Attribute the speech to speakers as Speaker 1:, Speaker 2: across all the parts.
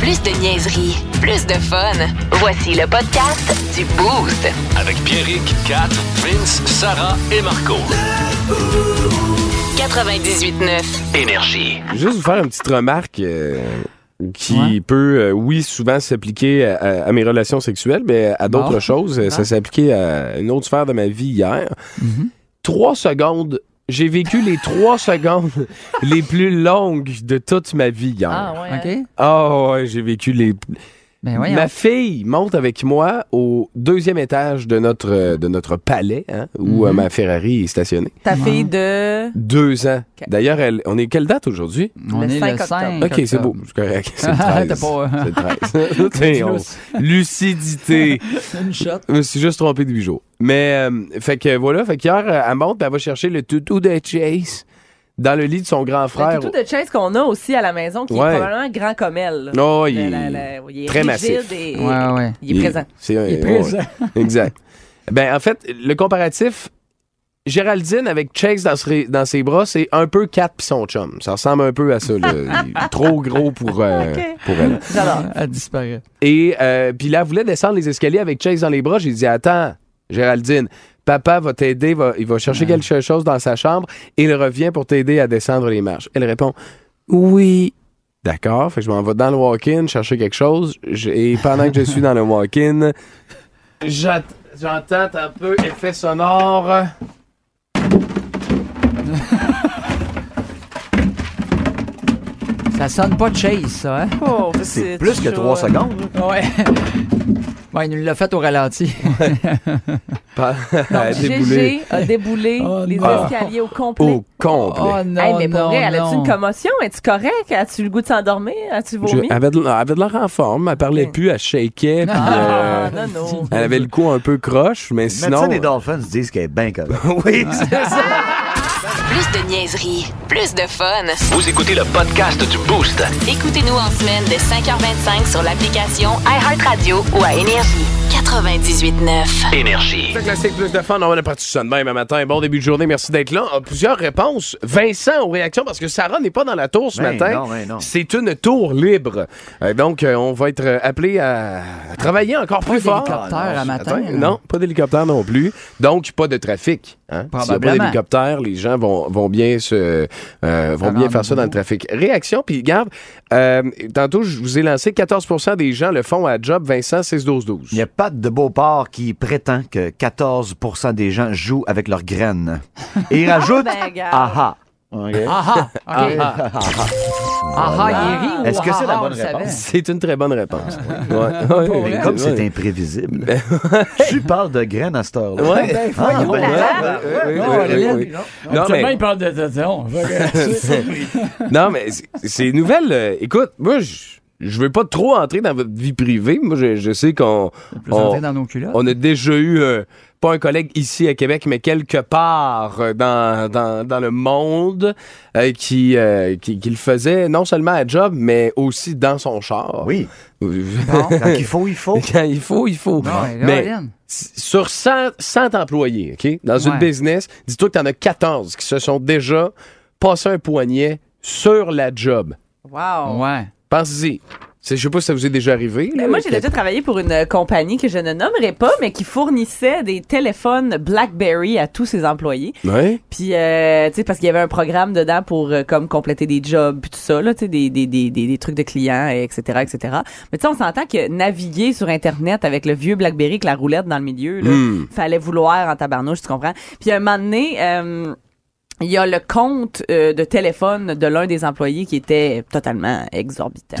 Speaker 1: Plus de niaiserie, plus de fun. Voici le podcast du Boost.
Speaker 2: Avec Pierrick, Kat, Vince, Sarah et Marco.
Speaker 1: 98.9.
Speaker 2: Énergie.
Speaker 3: Juste vous faire une petite remarque euh, qui
Speaker 4: Ouais.
Speaker 3: peut, euh, oui, souvent s'appliquer à, à- à mes relations sexuelles, mais à d'autres
Speaker 4: Bon. Ah.
Speaker 3: choses. Euh, Ça s'est appliqué à une autre sphère de ma vie hier.
Speaker 4: Mm-hmm.
Speaker 3: Trois secondes. J'ai vécu les trois secondes les plus longues de toute ma vie hier. Ah
Speaker 4: OK?
Speaker 3: ouais, j'ai vécu les.
Speaker 4: Ben voyons.
Speaker 3: Ma fille monte avec moi au deuxième étage de notre euh, de notre palais hein, où
Speaker 4: Mm-hmm.
Speaker 3: euh, ma Ferrari est stationnée.
Speaker 5: Ta fille de.
Speaker 3: Deux ans.
Speaker 5: Ok.
Speaker 3: D'ailleurs, elle, on est quelle date aujourd'hui?
Speaker 4: On
Speaker 5: Le
Speaker 4: est
Speaker 5: cinq
Speaker 4: le 5
Speaker 5: octobre.
Speaker 3: Ok, c'est beau, c'est correct. C'est le 13.
Speaker 4: T'as pas, euh,
Speaker 3: C'est le 13. T'sais, on- Lucidité.
Speaker 4: Une shot.
Speaker 3: Je me suis juste trompé de huit jours. Mais, euh, fait que voilà, fait qu'hier, euh, elle monte, puis elle va chercher le toutou de Chase dans le lit de son grand frère.
Speaker 5: Le toutou de Chase qu'on a aussi à la maison, qui
Speaker 3: Ouais.
Speaker 5: est probablement grand comme elle. là. Euh,
Speaker 3: Oh, il
Speaker 5: La-
Speaker 3: est
Speaker 5: la- la- il est
Speaker 3: très
Speaker 5: rigide
Speaker 3: massif.
Speaker 5: et-
Speaker 4: Ouais, ouais.
Speaker 5: Il est présent.
Speaker 3: c'est un-
Speaker 4: Il est
Speaker 3: ouais.
Speaker 4: présent.
Speaker 3: exact. Ben, en fait, le comparatif, Géraldine avec Chase dans, ses- dans ses bras, c'est un peu Kat pis son chum. Ça ressemble un peu à ça, là. Il est Trop gros pour, euh,
Speaker 5: Ok.
Speaker 3: pour elle.
Speaker 5: J'adore.
Speaker 4: Ah, Elle disparaît.
Speaker 3: Et euh, puis là, elle voulait descendre les escaliers avec Chase dans les bras. J'ai dit Attends, Géraldine, papa va t'aider, va- il va chercher quelque chose dans sa chambre et il revient pour t'aider à descendre les marches. Elle répond Oui. D'accord, fait que je m'en vais dans le walk-in chercher quelque chose. Je- et pendant que je suis dans le walk-in, j'at- j'entends un peu effet sonore.
Speaker 4: Ça sonne pas de chase, ça, hein?
Speaker 5: Oh, c'est
Speaker 6: Plus que
Speaker 5: chaud.
Speaker 6: trois secondes.
Speaker 3: euh,
Speaker 6: là.
Speaker 4: Ouais. Bon, il nous l'a fait au ralenti.
Speaker 3: Pa- à débouler
Speaker 5: GG a déboulé
Speaker 4: Oh,
Speaker 5: les
Speaker 4: non.
Speaker 5: escaliers au complet.
Speaker 3: au complet.
Speaker 4: Oh, non,
Speaker 5: Hey, mais pour
Speaker 4: non,
Speaker 5: vrai, elle a-tu
Speaker 4: non.
Speaker 5: une commotion? Es-tu correct? As-tu le goût de s'endormir? As-tu
Speaker 3: Je-
Speaker 5: vomi?
Speaker 3: elle avait de elle avait de l'air en forme, elle parlait
Speaker 5: Ok.
Speaker 3: plus, elle shakeait. puis, euh,
Speaker 5: Ah, non, non.
Speaker 3: Elle avait le cou un peu croche, mais
Speaker 6: Les
Speaker 3: sinon. euh,
Speaker 6: médecins des Dolphins disent qu'elle est bien correcte. oui,
Speaker 1: Plus de niaiserie, plus de fun.
Speaker 2: Vous écoutez le podcast du Boost.
Speaker 1: Écoutez-nous en semaine de 5h25 sur l'application iHeartRadio ou à Énergie. 98.9.
Speaker 2: Énergie.
Speaker 3: Le classique plus de fun, on va partir ça de même un matin. Bon début de journée, merci d'être là. Ah, Plusieurs réponses. Vincent aux réactions parce que Sarah n'est pas dans la tour ce
Speaker 6: Ben
Speaker 3: matin.
Speaker 6: non, ben non.
Speaker 3: C'est une tour libre. Euh, donc, euh, on va être euh, appelé à travailler encore plus fort.
Speaker 4: d'hélicoptère
Speaker 3: Ah, non,
Speaker 4: à matin,
Speaker 3: attends,
Speaker 4: là.
Speaker 3: Non, pas d'hélicoptère non plus. Donc, pas de trafic. Hein? S'il n'y a pas
Speaker 4: Probablement.
Speaker 3: d'hélicoptère, les gens vont, vont bien se euh, vont
Speaker 4: Alors,
Speaker 3: bien faire ça
Speaker 4: nous-
Speaker 3: dans le trafic. Réaction, puis garde. euh, tantôt, je vous ai lancé 14 des gens le font à job. Vincent, 6-12-12.
Speaker 6: Il y a Pat de Beauport qui prétend que 14 des gens jouent avec leurs graines. Et il rajoute
Speaker 5: ben, regarde.
Speaker 6: aha.
Speaker 4: Ah ah, OK. Ah ah, il rit ou
Speaker 6: Est-ce que
Speaker 4: ah,
Speaker 6: c'est la
Speaker 4: ah, on
Speaker 6: bonne
Speaker 4: le savait?
Speaker 6: réponse?
Speaker 3: C'est une très bonne réponse. Ouais. Ouais.
Speaker 4: Ah, Pour vrai?
Speaker 6: Comme c'est
Speaker 3: Ouais.
Speaker 6: imprévisible. tu parles de graines à cette heure-là.
Speaker 3: Ouais.
Speaker 6: Ben,
Speaker 4: Ah, ben,
Speaker 6: voyons.
Speaker 3: Ouais, ouais,
Speaker 4: Non,
Speaker 3: ouais,
Speaker 4: Arlène,
Speaker 3: ouais. Non, mais,
Speaker 4: parle de tétons.
Speaker 3: non, mais c'est- c'est une nouvelle. euh, écoute, moi, je je veux pas trop entrer dans votre vie privée. Moi, je, je sais qu'on on,
Speaker 4: dans nos culottes.
Speaker 3: on a déjà eu, euh, pas un collègue ici à Québec, mais quelque part euh, dans, dans, dans le monde euh, qui, euh, qui, qui le faisait non seulement à job, mais aussi dans son char.
Speaker 6: Ah Oui.
Speaker 4: Bon.
Speaker 6: Quand il faut, il faut.
Speaker 3: Quand il faut, il faut.
Speaker 4: Non,
Speaker 3: Oh. Mais-
Speaker 4: Arlène.
Speaker 3: S- sur 100, 100 employés, OK, dans une
Speaker 4: Ouais.
Speaker 3: business, dis-toi que tu en as 14 qui se sont déjà passé un poignet sur la job.
Speaker 5: Wow.
Speaker 4: Ouais.
Speaker 3: Pense-y. C'est- Je sais pas si ça vous est déjà arrivé.
Speaker 5: Ben,
Speaker 3: là,
Speaker 5: moi, j'ai
Speaker 3: que-
Speaker 5: déjà travaillé pour une euh, compagnie que je ne nommerai pas, mais qui fournissait des téléphones BlackBerry à tous ses employés.
Speaker 3: Ouais.
Speaker 5: Puis, euh, tu sais, parce qu'il y avait un programme dedans pour euh, comme compléter des jobs, puis tout ça, là, tu sais, des, des, des, des, des trucs de clients, et etc., etc. Mais tu sais, on s'entend que naviguer sur Internet avec le vieux BlackBerry avec la roulette dans le milieu, là,
Speaker 3: Hmm.
Speaker 5: fallait vouloir en tabarnouche, tu comprends? Puis, à un moment donné... euh, il y a le compte euh, de téléphone de l'un des employés qui était totalement exorbitant.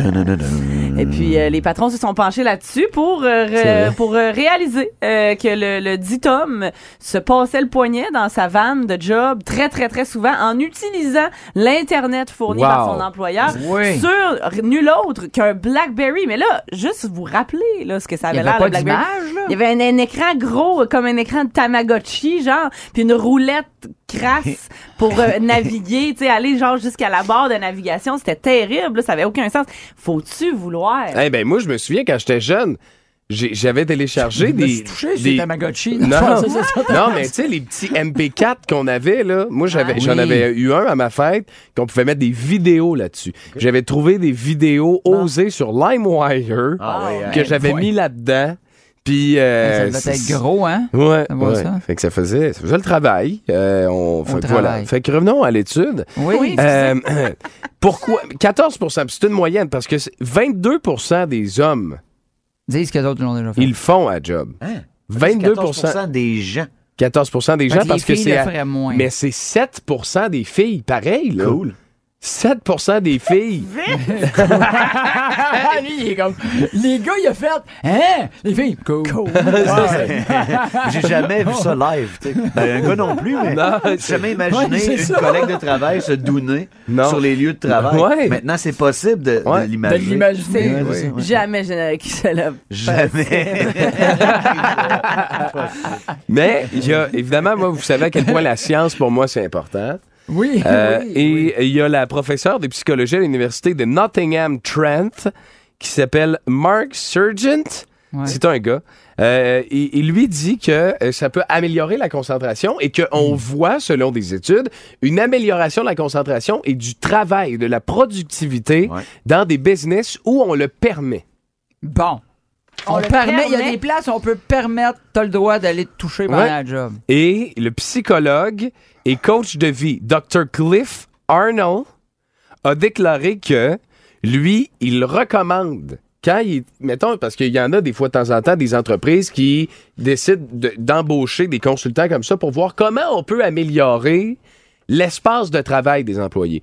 Speaker 5: Et puis euh, les patrons se sont penchés là-dessus pour euh,
Speaker 3: vrai.
Speaker 5: re- pour euh, réaliser euh, que le, le dit homme se passait le poignet dans sa vanne de job très très très souvent en utilisant l'internet fourni
Speaker 3: Wow.
Speaker 5: par son employeur
Speaker 4: Oui.
Speaker 5: sur r- nul autre qu'un BlackBerry. Mais là, juste vous rappeler là ce que ça
Speaker 4: Il y
Speaker 5: avait
Speaker 4: avait
Speaker 5: l'air
Speaker 4: pas
Speaker 5: le BlackBerry.
Speaker 4: d'image, là?
Speaker 5: Il y avait un, un écran gros euh, comme un écran de Tamagotchi genre, puis une roulette crasse pour euh, naviguer, tu sais aller genre jusqu'à la barre de navigation, c'était terrible, là, ça avait aucun sens. Faut-tu vouloir
Speaker 3: Eh ben moi, je me souviens quand j'étais jeune, j'ai- j'avais téléchargé
Speaker 4: Je me
Speaker 3: des.
Speaker 4: suis touché, c'est
Speaker 3: des-
Speaker 4: Tamagotchi.
Speaker 3: Non,
Speaker 4: Ah, c'est ça, c'est ça.
Speaker 3: non, mais tu sais, les petits MP4 qu'on avait, là, moi, j'avais,
Speaker 4: Ouais.
Speaker 3: j'en
Speaker 4: Ah Oui.
Speaker 3: avais eu un à ma fête, qu'on pouvait mettre des vidéos là-dessus. J'avais trouvé des vidéos osées sur LimeWire
Speaker 6: Ah oui, hein.
Speaker 3: que j'avais
Speaker 4: Ouais.
Speaker 3: mis là-dedans. Puis. euh,
Speaker 4: Ça doit être
Speaker 3: c'est-
Speaker 4: gros, hein?
Speaker 3: Ouais,
Speaker 4: Ça va,
Speaker 3: ouais.
Speaker 4: ça?
Speaker 3: Fait que ça faisait, ça faisait le travail. Euh, on, fait, que voilà.
Speaker 4: travaille.
Speaker 3: Fait que revenons à l'étude.
Speaker 4: Oui.
Speaker 3: Euh, pourquoi 14 puis c'est une moyenne parce que c'est 22 des hommes
Speaker 4: Dis ce que d'autres l'ont déjà fait.
Speaker 3: ils le font à job.
Speaker 6: Hein?
Speaker 3: 22
Speaker 6: 14 des gens.
Speaker 3: 14 des
Speaker 4: Fait que
Speaker 3: gens
Speaker 4: les
Speaker 3: parce que
Speaker 4: filles
Speaker 3: c'est
Speaker 4: le
Speaker 3: à-
Speaker 4: feraient moins.
Speaker 3: mais c'est 7 des filles pareil là.
Speaker 6: Cool.
Speaker 3: 7 des filles.
Speaker 4: Ah, lui, il est comme. Les gars, il a fait. Hein? Les filles. Cool. Ouais.
Speaker 6: J'ai jamais vu ça live. tu sais. Ben, un gars non plus, mais
Speaker 3: Non,
Speaker 6: j'ai
Speaker 3: c'est-
Speaker 6: jamais imaginé
Speaker 4: Ouais, c'est
Speaker 6: une
Speaker 4: ça.
Speaker 6: collègue de travail se douner
Speaker 3: Non.
Speaker 6: sur les lieux de travail.
Speaker 3: Ouais.
Speaker 6: Maintenant, c'est possible de, de
Speaker 3: Ouais.
Speaker 4: De
Speaker 6: l'imaginer.
Speaker 4: l'imaginer.
Speaker 6: Ouais,
Speaker 4: Ouais.
Speaker 6: c'est ça, ouais.
Speaker 5: Jamais je n'aurais qui se lève.
Speaker 6: Jamais.
Speaker 3: Mais il y a évidemment moi vous savez à quel point la science pour moi c'est important.
Speaker 4: Oui.
Speaker 3: Euh,
Speaker 4: Ah oui,
Speaker 3: et
Speaker 4: oui.
Speaker 3: il y a la professeure de psychologie à l'université de Nottingham Trent qui s'appelle Mark Sargent.
Speaker 4: Ouais.
Speaker 3: C'est un gars. Euh, il, il lui dit que euh, ça peut améliorer la concentration et qu'on
Speaker 4: Hmm.
Speaker 3: voit, selon des études, une amélioration de la concentration et du travail, de la productivité
Speaker 6: Ouais.
Speaker 3: dans des business où on le permet.
Speaker 4: Bon. On,
Speaker 5: le
Speaker 4: permet, il y a
Speaker 5: permet.
Speaker 4: des places où on peut permettre, t'as le droit d'aller te toucher pendant
Speaker 3: Ouais.
Speaker 4: la job.
Speaker 3: Et le psychologue et coach de vie, Dr. Cliff Arnold, a déclaré que lui, il recommande quand il, mettons, parce qu'il y en a des fois de temps en temps des entreprises qui décident de- d'embaucher des consultants comme ça pour voir comment on peut améliorer l'espace de travail des employés.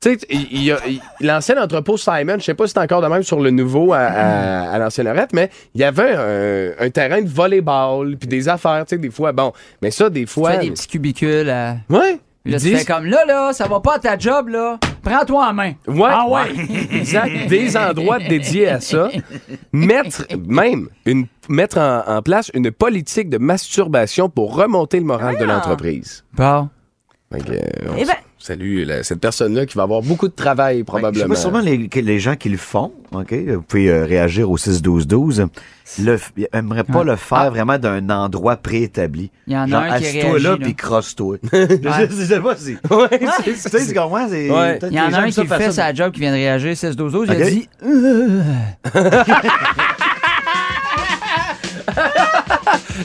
Speaker 3: Tu sais, il- il y a- il- l'ancien entrepôt Simon, je sais pas si c'est encore de même sur le nouveau à, à, à l'ancienne Lorette, mais il y avait un, un terrain de volleyball, puis des affaires, tu sais, des fois, bon, mais ça, des
Speaker 4: Tu
Speaker 3: fois...
Speaker 4: fais des petits cubicules. euh,
Speaker 3: Ouais.
Speaker 4: puis là, tu
Speaker 3: Ils disent-
Speaker 4: fais comme là, là, ça va pas à ta job, là. Prends-toi en main.
Speaker 3: Ouais.
Speaker 4: Ah ouais.
Speaker 3: Exact. Des endroits dédiés à ça. Mettre, même, une, mettre en, en place une politique de masturbation pour remonter le moral de l'entreprise.
Speaker 4: Bon.
Speaker 3: Fait que, euh, on
Speaker 5: Ah. Eh ben-
Speaker 3: salue la- cette personne-là qui va avoir beaucoup de travail,
Speaker 6: Je sais
Speaker 3: probablement.
Speaker 6: pas sûrement les, que les gens qui le font, OK? Vous pouvez euh, réagir au 6-12-12. Le, f- ils aimeraient pas le faire vraiment d'un endroit préétabli.
Speaker 4: Ah. Il y en a
Speaker 6: Genre,
Speaker 4: un qui
Speaker 6: assieds-toi
Speaker 4: réagit,
Speaker 6: là,
Speaker 4: là.
Speaker 6: puis crosse-toi. je, sais- je sais pas si...
Speaker 3: Ouais,
Speaker 6: Tu sais, c'est comme moi, c'est...
Speaker 3: Ouais.
Speaker 6: peut-être
Speaker 4: Il y
Speaker 6: les
Speaker 4: en a
Speaker 6: gens
Speaker 4: un
Speaker 6: aiment
Speaker 4: qui
Speaker 6: ça
Speaker 4: le
Speaker 6: faire
Speaker 4: fait
Speaker 6: ça.
Speaker 4: sa job qui vient de réagir 16 12 12 Il
Speaker 6: Ok.
Speaker 4: a dit Euh.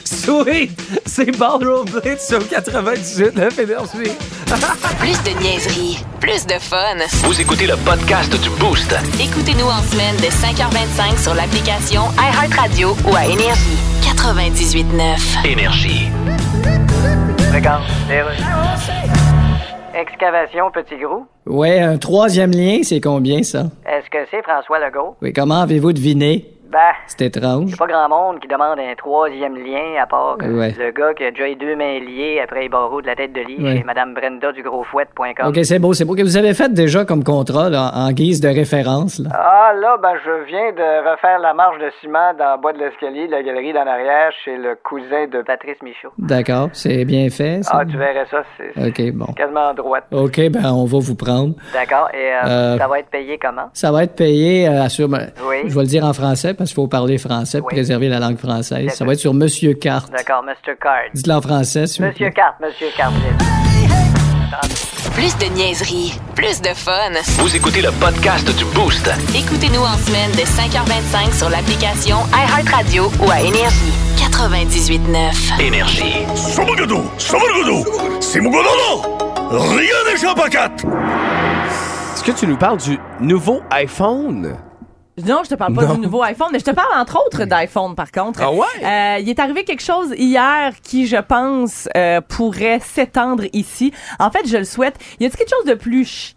Speaker 3: Sweet! C'est Ballroom Blitz sur 98, 9 énergie.
Speaker 1: Plus de niaiserie, plus de fun.
Speaker 2: Vous écoutez le podcast du Boost.
Speaker 1: Écoutez-nous en semaine de 5h25 sur l'application iHeartRadio ou à Énergie. 98.9.
Speaker 2: Énergie.
Speaker 7: Excavation Petit Gros.
Speaker 8: Ouais, un troisième lien, c'est combien ça?
Speaker 7: Est-ce que c'est François Legault?
Speaker 8: Oui, comment avez-vous deviné?
Speaker 7: Ben,
Speaker 8: C'est étrange.
Speaker 7: c'est pas grand monde qui demande un troisième lien à part que
Speaker 8: Ouais.
Speaker 7: le gars qui a déjà eu deux mains liées après les barreaux de la tête de lit
Speaker 8: Ouais.
Speaker 7: chez Madame Brenda du grosfouette.com.
Speaker 8: OK, c'est beau, c'est beau. Que vous avez fait déjà comme contrat, là, en guise de référence, là?
Speaker 7: Ah là, ben je viens de refaire la marche de ciment dans le bas de l'escalier de la galerie d'en arrière chez le cousin de Patrice Michaud.
Speaker 8: D'accord, c'est bien fait, ça?
Speaker 7: Ah, tu verrais ça, c'est c'est
Speaker 8: OK, bon.
Speaker 7: quasiment en droite.
Speaker 8: OK, ben, on va vous prendre.
Speaker 7: D'accord, et euh,
Speaker 8: Euh,
Speaker 7: ça va être payé comment?
Speaker 8: Ça va être payé, euh, assurément.
Speaker 7: Oui.
Speaker 8: Je vais le dire en français parce qu'il faut parler français, pour
Speaker 7: Oui.
Speaker 8: préserver la langue française. Ça
Speaker 7: D'accord.
Speaker 8: va être sur Monsieur Carte.
Speaker 7: D'accord, Mr. Card.
Speaker 8: Dites-le en français, s'il vous
Speaker 7: Monsieur
Speaker 8: plaît.
Speaker 7: Card, Monsieur Card.
Speaker 1: Plus de niaiserie, plus de fun.
Speaker 2: Vous écoutez le podcast du Boost.
Speaker 1: Écoutez-nous en semaine de 5h25 sur l'application iHeartRadio ou à Énergie. 98.9.
Speaker 2: Énergie.
Speaker 3: Est-ce que tu nous parles du nouveau iPhone?
Speaker 5: Non, je te parle pas du nouveau iPhone, mais je te parle entre autres d'iPhone par contre.
Speaker 3: Ah ouais?
Speaker 5: Euh, il est arrivé quelque chose hier qui, je pense, euh, pourrait s'étendre ici. En fait, je le souhaite. Y a-t-il quelque chose de plus chiant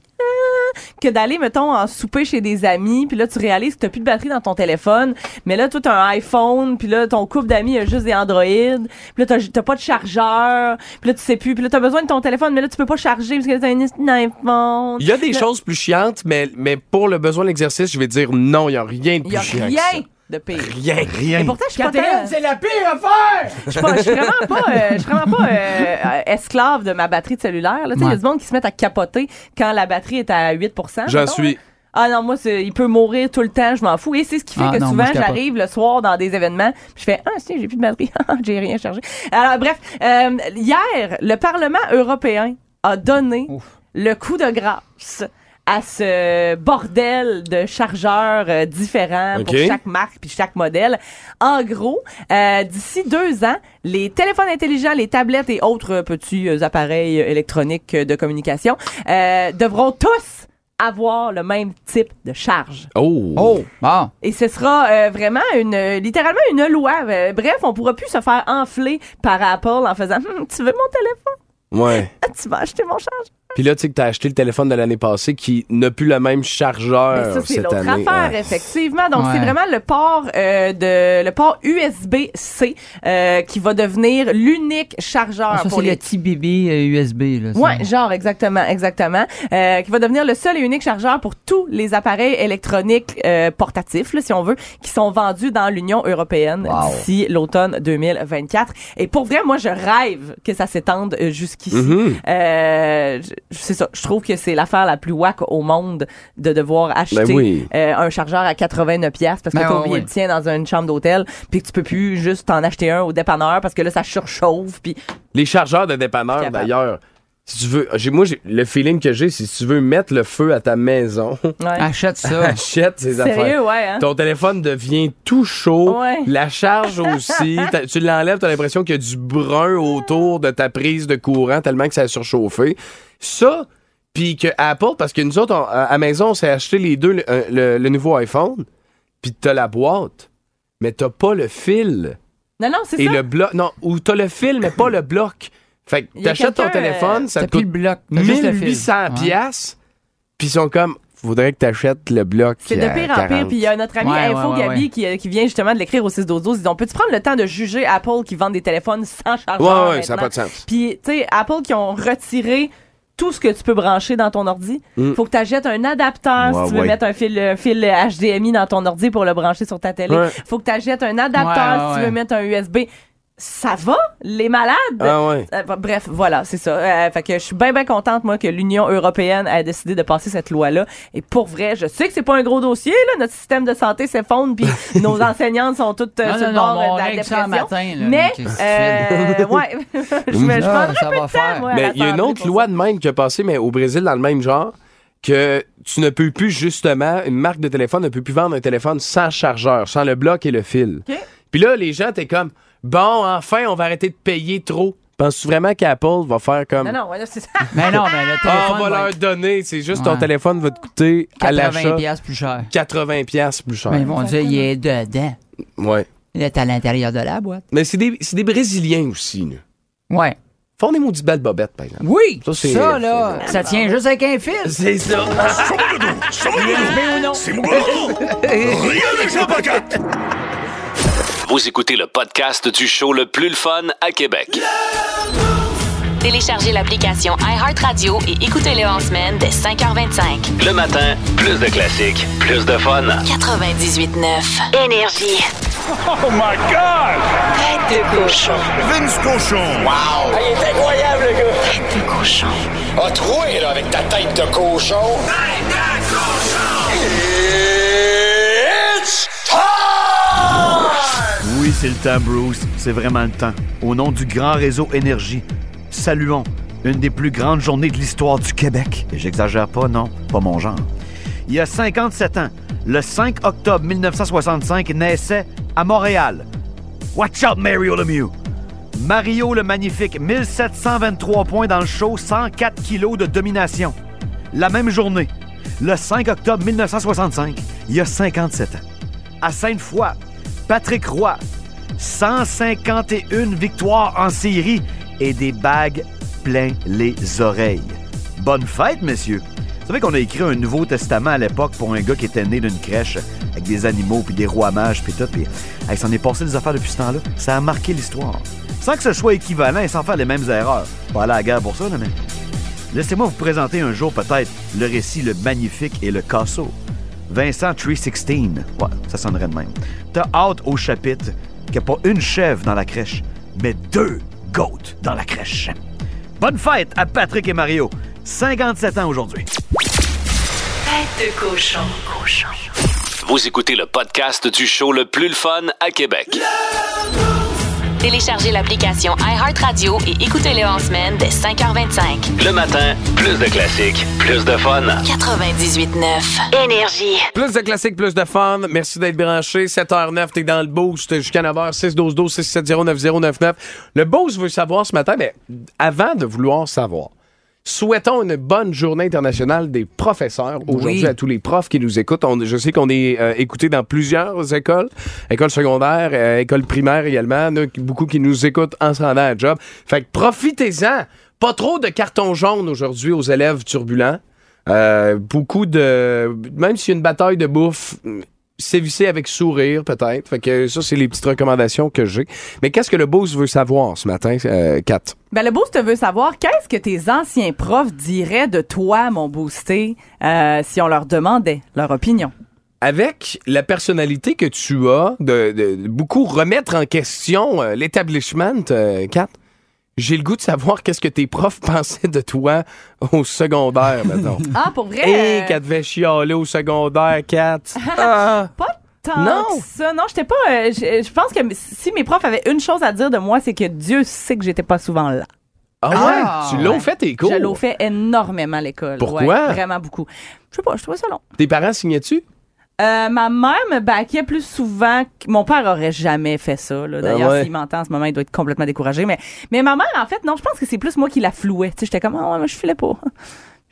Speaker 5: que d'aller, mettons, en souper chez des amis, puis là, tu réalises que t'as plus de batterie dans ton téléphone, mais là, toi, t'as un iPhone, puis là, ton couple d'amis a juste des Android, puis là, t'as, t'as pas de chargeur, puis là, tu sais plus, puis là, t'as besoin de ton téléphone, mais là, tu peux pas charger parce que t'as un iPhone.
Speaker 3: Il y a des choses plus chiantes, mais, mais pour le besoin de l'exercice, je vais dire non, il n'y a rien de
Speaker 5: Y
Speaker 3: plus
Speaker 5: a
Speaker 3: chiant que ça.
Speaker 5: rien Ah, de pire.
Speaker 3: Rien.
Speaker 5: Et
Speaker 6: Rien.
Speaker 5: pourtant, je suis pas
Speaker 4: Catherine,
Speaker 5: tant-
Speaker 4: c'est la pire affaire!
Speaker 5: Je suis pas- je suis vraiment pas, euh, je suis vraiment pas euh, euh, esclave de ma batterie de cellulaire. là. Tu sais, Il y a
Speaker 4: Ouais.
Speaker 5: du monde qui se met à capoter quand la batterie est à 8
Speaker 3: J'en
Speaker 5: mettons,
Speaker 3: suis.
Speaker 5: là. Ah non, moi, c'est- il peut mourir tout le temps, je m'en fous. Et c'est ce qui fait
Speaker 4: Ah
Speaker 5: que
Speaker 4: non, moi,
Speaker 5: souvent,
Speaker 4: je capote.
Speaker 5: j'arrive le soir dans des événements, puis je fais « Ah, si, j'ai plus de batterie. j'ai rien chargé. » Alors, bref, euh, hier, le Parlement européen a donné le coup de grâce à ce bordel de chargeurs euh, différents pour
Speaker 3: Ok.
Speaker 5: chaque marque puis chaque modèle. En gros, euh, d'ici deux ans, les téléphones intelligents, les tablettes et autres euh, petits euh, appareils euh, électroniques euh, de communication euh, devront tous avoir le même type de charge.
Speaker 3: Oh!
Speaker 4: Oh, bon.
Speaker 5: Et ce sera euh, vraiment une euh, littéralement une loi. Euh, bref, on pourra plus se faire enfler par Apple en faisant Hum, tu veux mon téléphone
Speaker 3: Ouais.
Speaker 5: Ah, Tu vas acheter mon charge
Speaker 3: Puis là, tu sais que t'as acheté le téléphone de l'année passée qui n'a plus le même
Speaker 5: Mais
Speaker 3: chargeur
Speaker 5: Ben, ça, c'est
Speaker 3: cette
Speaker 5: l'autre
Speaker 3: année.
Speaker 5: affaire,
Speaker 3: Ouais.
Speaker 5: effectivement. Donc, c'est
Speaker 4: Ouais.
Speaker 5: vraiment le port euh, de le port USB-C euh, qui va devenir l'unique chargeur
Speaker 4: Ah, Ça,
Speaker 5: Ah, pour
Speaker 4: c'est
Speaker 5: les
Speaker 4: le petit bébé euh, USB. Là, ça.
Speaker 5: Ouais, genre exactement, exactement, Euh, qui va devenir le seul et unique chargeur pour tous les appareils électroniques euh, portatifs, là, si on veut, qui sont vendus dans l'Union européenne d'ici l'automne 2024. Et pour vrai, moi, je rêve que ça s'étende euh, jusqu'ici.
Speaker 3: Mhm.
Speaker 5: Euh, je- c'est ça, je trouve que c'est l'affaire la plus wack au monde de devoir acheter
Speaker 3: Ben oui.
Speaker 5: euh, un chargeur à 89 pièces parce que
Speaker 4: Ben
Speaker 5: t'as
Speaker 4: ouais,
Speaker 5: oublié
Speaker 4: ouais.
Speaker 5: le tien dans une chambre d'hôtel, puis que tu peux plus juste en acheter un au dépanneur parce que là, ça surchauffe, puis
Speaker 3: Les chargeurs de
Speaker 5: Je
Speaker 3: dépanneur,
Speaker 5: suis capable.
Speaker 3: d'ailleurs. Si tu veux, j'ai, moi, j'ai- le feeling que j'ai, c'est si tu veux mettre le feu à ta maison,
Speaker 5: ouais.
Speaker 4: Achète ça.
Speaker 3: achète ces affaires.
Speaker 5: Sérieux, ouais, hein?
Speaker 3: Ton téléphone devient tout chaud,
Speaker 5: Ouais.
Speaker 3: la charge aussi. T'as- tu l'enlèves, t'as l'impression qu'il y a du brun autour de ta prise de courant tellement que ça a surchauffé. Ça, puis que Apple, parce que nous autres, on- à à maison, on s'est acheté les deux le, euh, le- le nouveau iPhone, puis t'as la boîte, mais t'as pas le fil
Speaker 5: Non, non, c'est
Speaker 3: et
Speaker 5: ça.
Speaker 3: le bloc. Non, ou t'as le fil mais pas le bloc. Fait que
Speaker 5: Il y a
Speaker 3: t'achètes ton
Speaker 5: quelqu'un, euh,
Speaker 3: téléphone, ça
Speaker 4: T'as
Speaker 3: te
Speaker 4: plus
Speaker 3: coûte
Speaker 4: le bloc. t'as juste le fil.
Speaker 3: 1800
Speaker 4: Ouais.
Speaker 3: piastres, puis ils sont comme, faudrait que t'achètes le bloc.
Speaker 5: C'est de
Speaker 3: à
Speaker 5: pire en
Speaker 3: 40.
Speaker 5: pire. Puis il y a notre ami
Speaker 4: Ouais, ouais,
Speaker 5: Info
Speaker 4: ouais,
Speaker 5: Gabi
Speaker 4: ouais.
Speaker 5: Qui, euh, qui vient justement de l'écrire au 6 12 Ils ont Peux-tu prendre le temps de juger Apple qui vend des téléphones sans chargeur?
Speaker 3: Ouais, ouais, ça n'a
Speaker 5: maintenant?
Speaker 3: pas de sens.
Speaker 5: Puis, tu sais, Apple qui ont retiré tout ce que tu peux brancher dans ton ordi.
Speaker 3: Mm.
Speaker 5: Faut que tu achètes un adapteur
Speaker 6: Ouais,
Speaker 5: si tu veux
Speaker 6: ouais.
Speaker 5: mettre un fil, un fil HDMI dans ton ordi pour le brancher sur ta télé.
Speaker 3: Ouais.
Speaker 5: Faut que tu achètes un adapteur
Speaker 4: Ouais, ouais,
Speaker 5: si tu veux
Speaker 4: ouais.
Speaker 5: mettre un USB. Ça va, les malades?
Speaker 3: Ah ouais.
Speaker 5: Euh, bah, Bref, voilà, c'est ça. Euh, fait que je suis bien, bien contente, moi, que l'Union européenne a décidé de passer cette loi-là. Et pour vrai, je sais que c'est pas un gros dossier, là. Notre système de santé s'effondre, puis nos enseignantes sont toutes euh,
Speaker 4: Non,
Speaker 5: sur
Speaker 4: non,
Speaker 5: le
Speaker 4: non,
Speaker 5: bord
Speaker 4: mais
Speaker 5: euh,
Speaker 4: on
Speaker 5: de la
Speaker 4: règle ça
Speaker 5: dépression.
Speaker 4: le matin. Là,
Speaker 5: mais,
Speaker 4: Qu'est-ce que tu fais?
Speaker 5: euh, ouais, je, me, je
Speaker 4: Ah,
Speaker 5: prendrai
Speaker 4: ça va faire.
Speaker 5: moi, à
Speaker 3: Mais il y a une
Speaker 5: l'Assemblée
Speaker 3: autre
Speaker 5: pour
Speaker 3: loi
Speaker 5: ça.
Speaker 3: de même qui a passé, mais au Brésil, dans le même genre, que tu ne peux plus, justement, une marque de téléphone ne peut plus vendre un téléphone sans chargeur, sans le bloc et le fil.
Speaker 5: OK.
Speaker 3: Puis là, les gens, t'es comme, bon, enfin, on va arrêter de payer trop. Penses-tu vraiment qu'Apple va faire comme.
Speaker 5: Non, non, ouais, là, c'est ça.
Speaker 4: Mais non, mais le
Speaker 3: Ah, on
Speaker 4: téléphone va
Speaker 3: va leur
Speaker 4: être
Speaker 3: donner, c'est juste ton
Speaker 4: Ouais.
Speaker 3: téléphone va te coûter à l'achat
Speaker 4: 80 pièces plus cher.
Speaker 3: 80 pièces plus cher.
Speaker 4: Mais ils vont dire, il est dedans.
Speaker 3: Ouais.
Speaker 4: Il est à l'intérieur de la boîte.
Speaker 3: Mais c'est des, c'est des Brésiliens aussi, là.
Speaker 4: Ouais.
Speaker 3: Font des maudits belles bobettes, par exemple.
Speaker 4: Oui! Ça,
Speaker 3: Ça, c'est-
Speaker 4: là, ça
Speaker 5: Ah,
Speaker 4: tient juste avec un fil.
Speaker 3: C'est ça.
Speaker 2: Vous écoutez le podcast du show le plus le fun à Québec.
Speaker 1: Téléchargez l'application iHeartRadio et écoutez-le en semaine dès 5h25.
Speaker 2: Le matin, plus de classiques, plus de fun.
Speaker 1: 98.9. Énergie. Oh my God! Tête de cochon.
Speaker 9: Vince Cochon.
Speaker 1: Tête de cochon.
Speaker 9: A troué, là, avec ta tête de cochon. Tête de cochon! It's time!
Speaker 6: Oui, c'est le temps, Bruce. C'est vraiment le temps. Au nom du grand réseau Énergie, saluons une des plus grandes journées de l'histoire du Québec. Et J'exagère pas, non, pas mon genre. Il y a 57 ans, le 5 octobre 1965, naissait à Montréal. Watch out, Mario Lemieux! Mario le Magnifique, 1723 points dans le show, 104 kilos de domination. La même journée, le 5 octobre 1965, il y a 57 ans à Sainte-Foy. Patrick Roy, 151 victoires en série et des bagues plein les oreilles. Bonne fête, messieurs! Vous savez qu'on a écrit un Nouveau Testament à l'époque pour un gars qui était né d'une crèche avec des animaux, puis des rois mages, puis tout. Puis, hey, s'en est passé des affaires depuis ce temps-là. Ça a marqué l'histoire. Sans que ce soit équivalent et sans faire les mêmes erreurs. Pas aller à la guerre pour ça, là, mais... Laissez-moi vous présenter un jour peut-être le récit Le Magnifique et le Casso. Vincent 316. Ouais, ça sonnerait de même. T'as hâte au chapitre qu'il n'y a pas une chèvre dans la crèche, mais deux goats dans la crèche. Bonne fête à Patrick et Mario. 57 ans aujourd'hui.
Speaker 1: Tête de cochon.
Speaker 2: Vous écoutez le podcast du show le plus le fun à Québec.
Speaker 1: Téléchargez l'application iHeartRadio et écoutez-le en semaine dès 5h25.
Speaker 2: Le matin, plus de classiques, plus de fun.
Speaker 1: 98.9. Énergie.
Speaker 3: Plus de classiques, plus de fun. Merci d'être branché. 7h09, t'es dans le boost jusqu'à 9h. 6 12 12 6 7 0 9 0 9 9. Le boost veut savoir ce matin, mais avant de vouloir savoir, souhaitons une bonne journée internationale des professeurs aujourd'hui à tous les profs qui nous écoutent. On- je sais qu'on est euh, écoutés dans plusieurs écoles, écoles secondaires, euh, écoles primaires également. Il y en a qui- beaucoup qui nous écoutent en se rendant à la job. Fait que profitez-en. Pas trop de cartons jaunes aujourd'hui aux élèves turbulents. Euh, beaucoup de. Même s'il y a une bataille de bouffe, euh, sévissez avec sourire, peut-être. Fait que ça, c'est les petites recommandations que j'ai. Mais qu'est-ce que le boss veut savoir ce matin, euh, Kat?
Speaker 5: Ben, le boost veut savoir qu'est-ce que tes anciens profs diraient de toi, mon boosté, euh, si on leur demandait leur opinion.
Speaker 3: Avec la personnalité que tu as, de, de beaucoup remettre en question euh, l'établissement, euh, Kat, j'ai le goût de savoir qu'est-ce que tes profs pensaient de toi au secondaire, maintenant.
Speaker 5: Ah, pour vrai?
Speaker 3: Hé,
Speaker 5: euh,
Speaker 3: qu'elle devait chialer au secondaire, Kat. Ah!
Speaker 5: pas tant
Speaker 3: Non.
Speaker 5: que ça. Non, j'étais pas. euh, je je pense que si mes profs avaient une chose à dire de moi, c'est que Dieu sait que j'étais pas souvent là.
Speaker 3: Ah ouais?
Speaker 5: Ah!
Speaker 3: tu l'as fait tes cours.
Speaker 5: Je l'ai fait énormément à l'école.
Speaker 3: Pourquoi?
Speaker 5: Ouais, vraiment beaucoup. Je sais pas, je trouvais ça long.
Speaker 3: Tes parents signaient-tu?
Speaker 5: Euh, ma mère me baquait plus souvent. que- Mon père aurait jamais fait ça. là. D'ailleurs,
Speaker 3: Ben ouais.
Speaker 5: s'il m'entend en ce moment, il doit être complètement découragé. Mais, mais ma mère, en fait, non, je pense que c'est plus moi qui la flouais. Tu sais, j'étais comme, ah, ouais, moi, je filais pas.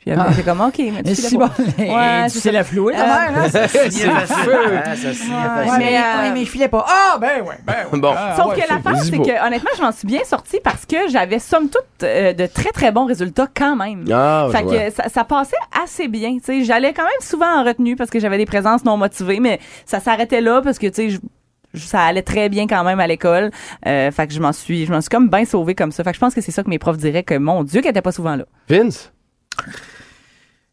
Speaker 5: Puis elle
Speaker 3: Ah.
Speaker 5: était comme, OK, mais tu
Speaker 4: Mais
Speaker 5: filais
Speaker 4: si
Speaker 5: pas.
Speaker 4: bon,
Speaker 5: Ouais,
Speaker 4: tu
Speaker 5: c'est
Speaker 4: sais
Speaker 5: ça.
Speaker 4: la flouer, ta
Speaker 5: Euh,
Speaker 4: mère, hein?
Speaker 6: Ça signait facile. Ah, ça signait facile.
Speaker 5: mais, euh,
Speaker 4: ouais, mais je filais pas. Ah, ben ouais, ben ouais.
Speaker 3: Bon.
Speaker 4: Ah,
Speaker 5: Sauf
Speaker 4: ouais,
Speaker 5: que
Speaker 4: c'est-
Speaker 5: l'affaire,
Speaker 3: Vas-y,
Speaker 5: c'est
Speaker 3: beau.
Speaker 5: que honnêtement, je m'en suis bien sortie parce que j'avais somme toute euh, de très très bons résultats quand même.
Speaker 3: Ah, je
Speaker 5: fait
Speaker 3: vois.
Speaker 5: que ça, ça passait assez bien. tu sais. J'allais quand même souvent en retenue parce que j'avais des présences non motivées, mais ça s'arrêtait là parce que tu sais, je- je- ça allait très bien quand même à l'école. Euh, fait que je m'en suis, je m'en suis comme bien sauvée comme ça. Fait que je pense que c'est ça que mes profs diraient que mon Dieu, qu'elle était pas souvent là.
Speaker 3: Vince?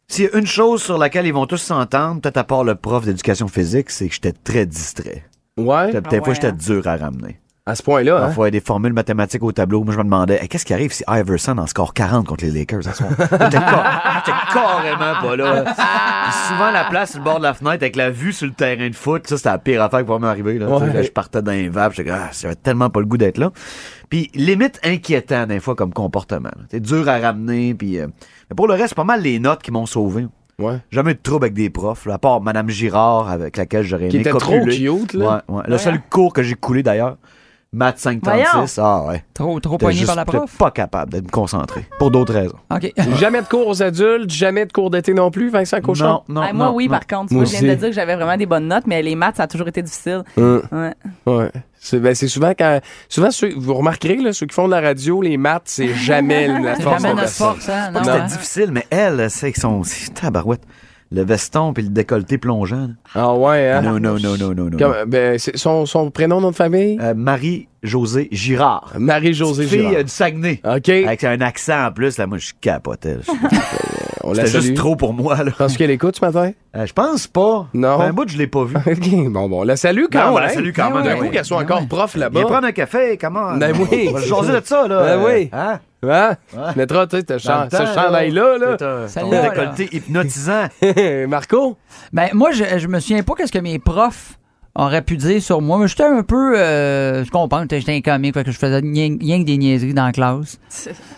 Speaker 6: S'il y a une chose sur laquelle ils vont tous s'entendre, peut-être à part le prof d'éducation physique, c'est que j'étais très distrait.
Speaker 3: Ouais,
Speaker 6: Peut-être des
Speaker 5: ouais,
Speaker 6: fois, j'étais
Speaker 5: hein?
Speaker 6: dur à ramener.
Speaker 3: à ce point-là. hein?
Speaker 6: Parfois, il y a des formules mathématiques au tableau. Moi, je me demandais, Hey, qu'est-ce qui arrive si Iverson en score 40 contre les Lakers ce soir? J'étais ca- j'étais carrément pas là. Puis souvent, la place sur le bord de la fenêtre avec la vue sur le terrain de foot, ça, c'était la pire affaire qui pouvait m'arriver. Là. Tu sais,
Speaker 3: Ouais.
Speaker 6: là, je partais dans les vapes. J'étais comme, ah, j'avais tellement pas le goût d'être là. Puis, limite inquiétant, des fois, comme comportement. là. C'est dur à ramener. Puis, euh, Mais pour le reste, c'est pas mal les notes qui m'ont sauvé.
Speaker 3: Ouais.
Speaker 6: Jamais eu de trouble avec des profs, là, à part Madame Girard, avec laquelle j'aurais aimé
Speaker 3: Qui était trop
Speaker 6: copuler.
Speaker 3: cute, là.
Speaker 6: Ouais, ouais. Le seul cours que j'ai coulé, d'ailleurs, maths 536, ah ouais.
Speaker 4: Trop, trop
Speaker 6: J'étais
Speaker 4: poigné
Speaker 6: juste
Speaker 4: par la prof.
Speaker 6: pas capable d'être concentré, pour d'autres raisons.
Speaker 4: OK.
Speaker 6: euh,
Speaker 3: Jamais de cours aux adultes, jamais de cours d'été non plus, Vincent Cochon?
Speaker 6: Non, non,
Speaker 5: Ah, moi,
Speaker 6: non,
Speaker 5: oui,
Speaker 6: non.
Speaker 5: par contre, tu
Speaker 3: Moi
Speaker 5: vois, je viens de
Speaker 3: aussi.
Speaker 5: te dire que j'avais vraiment des bonnes notes, mais les maths, ça a toujours été difficile.
Speaker 3: Hum.
Speaker 5: Ouais.
Speaker 3: Ouais. C'est ben, c'est souvent quand. Souvent, ceux- vous remarquerez, là, ceux qui font de la radio, les maths, c'est jamais la
Speaker 4: C'est
Speaker 3: force de
Speaker 4: jamais notre
Speaker 3: personne.
Speaker 4: force, hein?
Speaker 6: Pas
Speaker 4: Non,
Speaker 6: que
Speaker 4: hein?
Speaker 6: C'était difficile, mais elle, c'est que son... c'est- Tabarouette. Le veston puis le décolleté plongeant. là.
Speaker 3: Ah ouais, hein?
Speaker 6: Non, non, non, non, non, non.
Speaker 3: Comme- ben, c'est son, son prénom, nom de famille?
Speaker 6: Euh, Marie-Josée Girard.
Speaker 3: Euh, Marie-Josée
Speaker 6: Euh, Fille
Speaker 3: Girard.
Speaker 6: euh, du Saguenay.
Speaker 3: OK,
Speaker 6: Avec un accent en plus, là, moi, je capotais. là.
Speaker 3: on la
Speaker 6: C'était juste
Speaker 3: salue.
Speaker 6: trop pour moi, là.
Speaker 3: Penses qu'elle écoute ce matin?
Speaker 6: Euh, je pense pas.
Speaker 3: Non. Ah,
Speaker 6: Fait Un bout, je l'ai pas vu.
Speaker 3: OK, bon, bon, on la salue quand
Speaker 6: Non, Ben, on
Speaker 3: même.
Speaker 6: la salue quand même,
Speaker 3: D'un
Speaker 6: oui.
Speaker 3: coup, qu'elle soit
Speaker 4: Ben
Speaker 3: encore
Speaker 4: oui.
Speaker 3: prof
Speaker 6: Viens
Speaker 3: là-bas.
Speaker 6: prendre un café, comment?
Speaker 3: Ben oui.
Speaker 6: On va se jaser de ça, là.
Speaker 3: Ben oui.
Speaker 6: Hein?
Speaker 3: Hein?
Speaker 6: Ouais.
Speaker 3: Tu mettras, tu sais, ce
Speaker 6: Dans
Speaker 3: chan-
Speaker 6: le
Speaker 3: ce
Speaker 6: temps, là,
Speaker 3: chandail-là, là.
Speaker 6: C'est un-
Speaker 4: Ça
Speaker 6: ton
Speaker 4: l'a,
Speaker 6: décolleté hypnotisant.
Speaker 3: Marco?
Speaker 4: Ben, moi, je, je me souviens pas qu'est-ce que mes profs auraient pu dire sur moi. Mais j'étais un peu. euh, je comprends, j'étais j'étais un comique, fait que je faisais rien rien que des niaiseries dans la classe.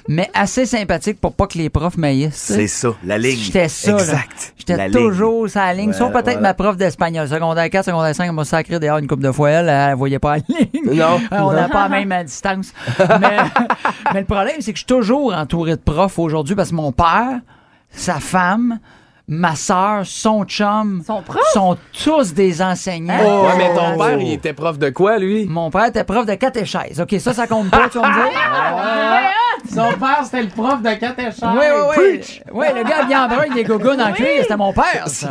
Speaker 4: mais assez sympathique pour pas que les profs m'aillissent. tu sais.
Speaker 6: C'est ça, la ligne.
Speaker 4: J'étais ça, là.
Speaker 6: Exact. La
Speaker 4: J'étais
Speaker 6: ligne.
Speaker 4: toujours sur la ligne,
Speaker 6: Ouais,
Speaker 4: sauf peut-être
Speaker 6: voilà.
Speaker 4: ma prof d'espagnol. Secondaire 4, secondaire 5, elle m'a sacré dehors une coupe de fois. Elle, elle voyait pas la ligne.
Speaker 3: Non.
Speaker 4: Euh, on n'a pas la même à distance. mais, mais le problème, c'est que je suis toujours entouré de profs aujourd'hui parce que mon père, sa femme, ma soeur, son chum,
Speaker 5: Son prof?
Speaker 4: sont tous des enseignants.
Speaker 6: Oh.
Speaker 3: Ouais, mais ton père,
Speaker 4: Oh.
Speaker 3: il était prof de quoi, lui?
Speaker 4: Mon père était prof de catéchèse. OK, ça, ça compte pas, tu vas me dire? Son père, c'était le prof de catéchèse. Oui, oui, oui. Oui, le gars bien brun, il est gogoon en cuir, c'était mon père, ça.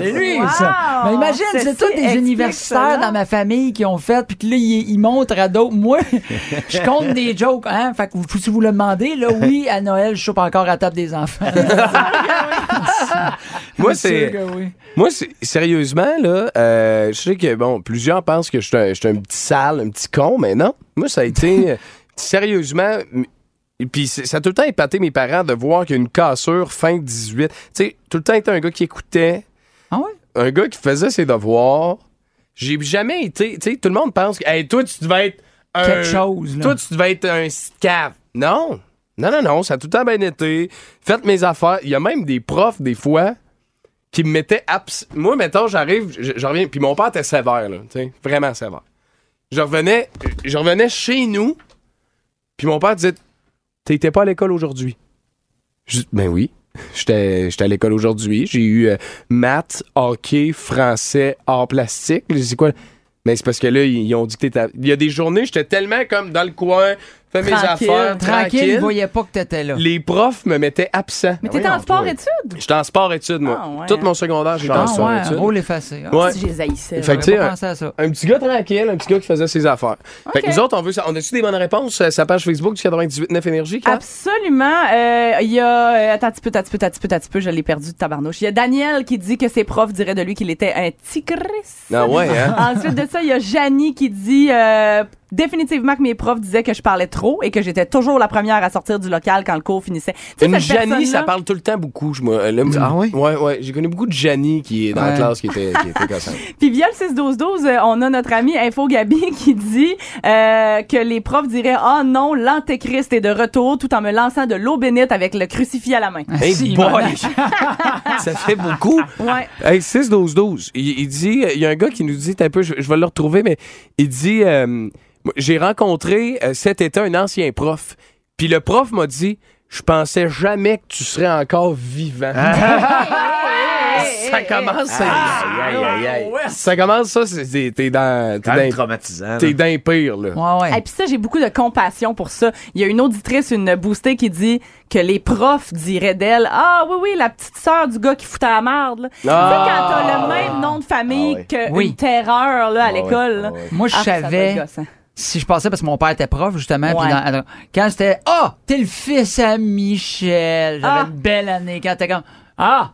Speaker 4: C'est lui, ça. Mais imagine,
Speaker 5: Ceci
Speaker 4: c'est tous des
Speaker 5: explique
Speaker 4: universitaires
Speaker 5: cela.
Speaker 4: dans ma famille qui ont fait, puis que là, ils, ils montrent à d'autres. Moi, je compte des jokes, hein. Fait que vous- si vous le demandez, là, oui, à Noël, je chope encore à la table des enfants.
Speaker 3: Moi,
Speaker 4: Sûr
Speaker 3: c'est-
Speaker 4: que oui.
Speaker 3: Moi, c'est- sérieusement, là, euh, je sais que, bon, plusieurs pensent que je suis un, je suis un petit sale, un petit con, mais non. Moi, ça a été, euh, sérieusement, m- Et Puis c'est- ça a tout le temps épaté mes parents de voir qu'il y a une cassure fin 18. Tu sais, tout le temps, été un gars qui écoutait,
Speaker 4: Ah ouais?
Speaker 3: un gars qui faisait ses devoirs. J'ai jamais été. Tu sais, tout le monde pense que. Hey, toi, tu devais être. un-
Speaker 4: Quelque chose, là.
Speaker 3: Toi, tu devais être un cave. Non. Non, non, non. Ça a tout le temps bien été. Faites mes affaires. Il y a même des profs, des fois, qui me mettaient. abs- Moi, mettons, j'arrive, je je reviens. Puis mon père était sévère, là. Tu sais, vraiment sévère. Je revenais, je revenais chez nous. Puis mon père disait T'étais pas à l'école aujourd'hui. Je dis, ben oui. J'étais j'étais à l'école aujourd'hui. J'ai eu euh, maths, hockey, français, art plastique. Je dis quoi? Mais c'est parce que là, ils ils ont dit que t'étais. à- Il y a des journées, j'étais tellement comme dans le coin, fais mes
Speaker 5: Tranquille,
Speaker 3: affaires,
Speaker 4: Euh, Tranquille,
Speaker 3: tranquille.
Speaker 4: il voyait pas que t'étais là.
Speaker 3: Les profs me mettaient absent.
Speaker 5: Mais t'étais en sport-études?
Speaker 3: J'étais en sport-études, moi.
Speaker 5: Ah ouais,
Speaker 3: Tout
Speaker 5: hein.
Speaker 3: mon secondaire, j'étais en
Speaker 4: Ah ouais, un
Speaker 3: sport-études.
Speaker 4: rôle effacé. Ah,
Speaker 3: Ouais.
Speaker 5: Si je les haïssais.
Speaker 3: Fait
Speaker 4: j'aurais
Speaker 3: que tu sais,
Speaker 4: pas
Speaker 3: un-
Speaker 4: pensé à ça.
Speaker 3: Un petit gars tranquille, un petit gars qui faisait ses affaires. Fait que
Speaker 5: Ok.
Speaker 3: nous autres, on veut ça. On a-tu des bonnes réponses à sa page Facebook du 98.9 Énergie, Kat?
Speaker 5: Absolument. Euh, Il y a... euh, Attends un petit peu, attends un petit peu, attends un petit peu, attends un petit peu, je l'ai perdu de tabarnouche. Il y a Daniel qui dit que ses profs diraient de lui qu'il était un tigris.
Speaker 3: Ah ouais, hein?
Speaker 5: Ensuite de ça, il y a Janie qui dit euh, définitivement que mes profs disaient que je parlais trop et que j'étais toujours la première à sortir du local quand le cours finissait. Tu sais,
Speaker 3: Une
Speaker 5: cette
Speaker 3: Janie,
Speaker 5: personne-là-
Speaker 3: ça parle tout le temps beaucoup. Je me, là,
Speaker 6: Ah ouais?
Speaker 3: Ouais, ouais. J'ai connu beaucoup de Janie qui est dans la
Speaker 4: Ouais.
Speaker 3: classe qui était, qui était gossante.
Speaker 5: Puis via le 6-12-12, euh, on a notre ami Info Gabi qui dit euh, que les profs diraient « Ah non, l'antéchrist est de retour » tout en me lançant de l'eau bénite avec le crucifix à la main.
Speaker 3: Hey
Speaker 4: Si,
Speaker 3: boy! ça fait beaucoup.
Speaker 5: Ouais.
Speaker 3: Hey, 6-12-12. Il, il dit, il y a un gars qui nous dit, t'as un peu, je, je vais le retrouver, mais il dit, euh, moi, j'ai rencontré euh, cet été un ancien prof. Puis le prof m'a dit, je pensais jamais que tu serais encore vivant. Ah ça commence, ça, Ah,
Speaker 6: Aïe, aïe, aïe, aïe.
Speaker 3: ça commence, ça, c'est- c'est- t'es dans,
Speaker 6: Quand même
Speaker 3: t'es dans,
Speaker 6: traumatisant.
Speaker 3: t'es
Speaker 6: là.
Speaker 3: dans les pires, là.
Speaker 4: Ouais, ouais.
Speaker 5: Et puis ça, j'ai beaucoup de compassion pour ça. Il y a une auditrice, une boostée, qui dit que les profs diraient d'elle « Ah oui, oui, la petite sœur du gars qui foutait la merde. » Tu sais, quand
Speaker 3: Ah.
Speaker 5: t'as le même nom de famille
Speaker 6: Ah ouais.
Speaker 5: qu'une
Speaker 4: Oui.
Speaker 5: terreur là, à l'école. là.
Speaker 6: Ah ouais.
Speaker 4: Moi, je
Speaker 5: Ah, ça doit être
Speaker 4: savais
Speaker 5: gossant.
Speaker 4: si je passais parce que mon père était prof, justement. puis
Speaker 5: Ouais.
Speaker 4: dans- alors, quand c'était Ah, t'es le fils à Michel. J'avais
Speaker 5: Ah.
Speaker 4: une belle année. Quand t'es comme Ah,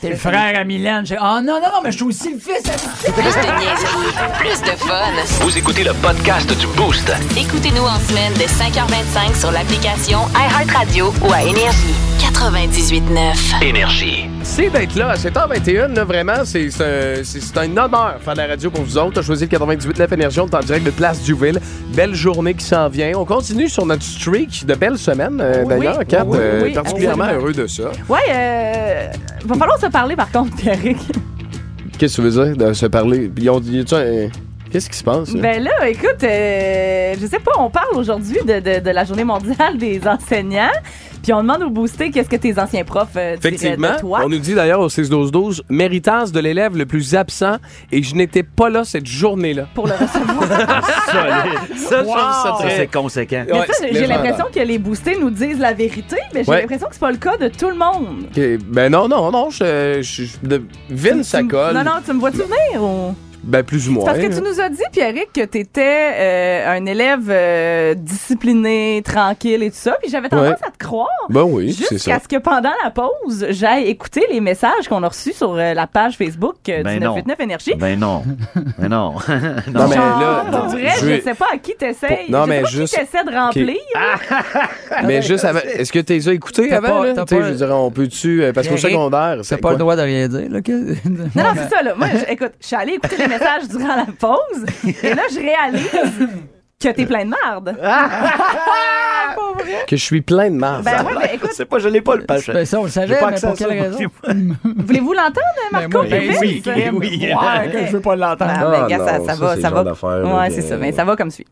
Speaker 4: t'es le frère à Mylène. J'ai Ah, non, non, non, mais je suis aussi le fils à Michel.
Speaker 1: Plus de niaiserie, plus de fun.
Speaker 2: Vous écoutez le podcast du Boost.
Speaker 1: Écoutez-nous en semaine de 5h25 sur l'application iHeartRadio ou à Énergie. 98.9.
Speaker 2: Énergie.
Speaker 3: C'est d'être là à 7h21, là, vraiment, c'est c'est un, c'est- c'est un honneur de faire de la radio pour vous autres. T'as choisi le 98.9 Énergie, on est en direct de Place Duville. Belle journée qui s'en vient. On continue sur notre streak de belles semaines, euh,
Speaker 5: Oui,
Speaker 3: d'ailleurs.
Speaker 5: oui,
Speaker 3: Kat,
Speaker 5: oui,
Speaker 3: euh,
Speaker 5: oui,
Speaker 3: particulièrement
Speaker 5: absolument.
Speaker 3: heureux de ça.
Speaker 5: Ouais, euh, va falloir se parler par contre, Pierrick.
Speaker 3: Qu'est-ce que tu veux dire de se parler? Ils ont- y a-tu un- Qu'est-ce qui se passe? là?
Speaker 5: Ben là, écoute, euh, je sais pas, on parle aujourd'hui de, de- de la journée mondiale des enseignants, puis on demande au boosté qu'est-ce que tes anciens profs euh, diraient
Speaker 3: Effectivement,
Speaker 5: de toi.
Speaker 3: on nous dit d'ailleurs au 6-12-12, méritance de l'élève le plus absent et je n'étais pas là cette journée-là.
Speaker 5: Pour le recevoir.
Speaker 6: Ah Solide.
Speaker 3: Ça,
Speaker 5: Wow! trouve
Speaker 6: Ça, c'est conséquent.
Speaker 5: Mais
Speaker 3: Ouais,
Speaker 5: ça,
Speaker 3: c'est
Speaker 5: j'ai
Speaker 3: légendaire.
Speaker 5: l'impression que les boostés nous disent la vérité, mais j'ai
Speaker 3: Ouais.
Speaker 5: l'impression que c'est pas le cas de tout le monde.
Speaker 3: Ok, Ben non, non, non, je, je, je- de- Vin, ça
Speaker 5: Tu m-
Speaker 3: colle.
Speaker 5: Non, non, tu me vois-tu venir? ou-
Speaker 3: Ben plus ou moins.
Speaker 5: Parce que
Speaker 3: là.
Speaker 5: tu nous as dit, Pierrick, que t'étais euh, un élève euh, discipliné, tranquille et tout ça, puis j'avais tendance
Speaker 3: Ouais.
Speaker 5: à te croire.
Speaker 3: Ben oui, c'est
Speaker 5: Jusqu'à
Speaker 3: ça.
Speaker 5: ce que pendant la pause, j'aille écouter les messages qu'on a reçus sur euh, la page Facebook euh,
Speaker 6: Ben
Speaker 5: du
Speaker 6: non.
Speaker 5: 989 Énergie.
Speaker 6: Ben non. Ben non.
Speaker 3: Non,
Speaker 5: Genre,
Speaker 3: mais Ben là,
Speaker 5: pour vrai,
Speaker 3: je-
Speaker 5: je... sais pas à qui t'essayes.
Speaker 3: Pour- non,
Speaker 5: je
Speaker 3: mais
Speaker 5: sais pas
Speaker 3: juste-
Speaker 5: qui t'essaies de remplir.
Speaker 3: Mais juste avant, est-ce que tu les as écoutés
Speaker 4: T'as
Speaker 3: avant?
Speaker 4: pas-
Speaker 3: là?
Speaker 4: t'as
Speaker 3: Tu sais,
Speaker 4: pas-
Speaker 3: Je dirais, on peut-tu. euh, Parce qu'au
Speaker 4: Eric,
Speaker 3: secondaire, c'est
Speaker 4: pas
Speaker 3: quoi?
Speaker 4: le droit de rien dire. Là, que-
Speaker 5: Non, non, c'est ça, là. Moi, je- écoute, je suis allée écouter les messages durant la pause, et là, je réalise que t'es plein de marde. Pas vrai.
Speaker 3: que je suis plein de marde.
Speaker 5: Ben ouais, mais écoute,
Speaker 6: C'est pas, je l'ai pas le page.
Speaker 4: Ben, ça, on le savait,
Speaker 6: J'ai pas
Speaker 4: mais
Speaker 6: accès
Speaker 4: pour
Speaker 6: à ça,
Speaker 4: quelle
Speaker 6: moi.
Speaker 4: raison?
Speaker 5: voulez-vous l'entendre, Marco?
Speaker 4: moi, ben
Speaker 5: Pépis?
Speaker 6: oui, ben oui.
Speaker 5: Ouais, que je veux pas l'entendre. Ah, ben,
Speaker 3: Ah,
Speaker 5: gars, ça,
Speaker 3: non,
Speaker 5: ça
Speaker 3: ça,
Speaker 5: va,
Speaker 3: c'est
Speaker 5: ça
Speaker 3: le genre
Speaker 5: va.
Speaker 3: d'affaire, là,
Speaker 5: Ouais,
Speaker 3: que-
Speaker 5: c'est ça, mais ça va comme suit.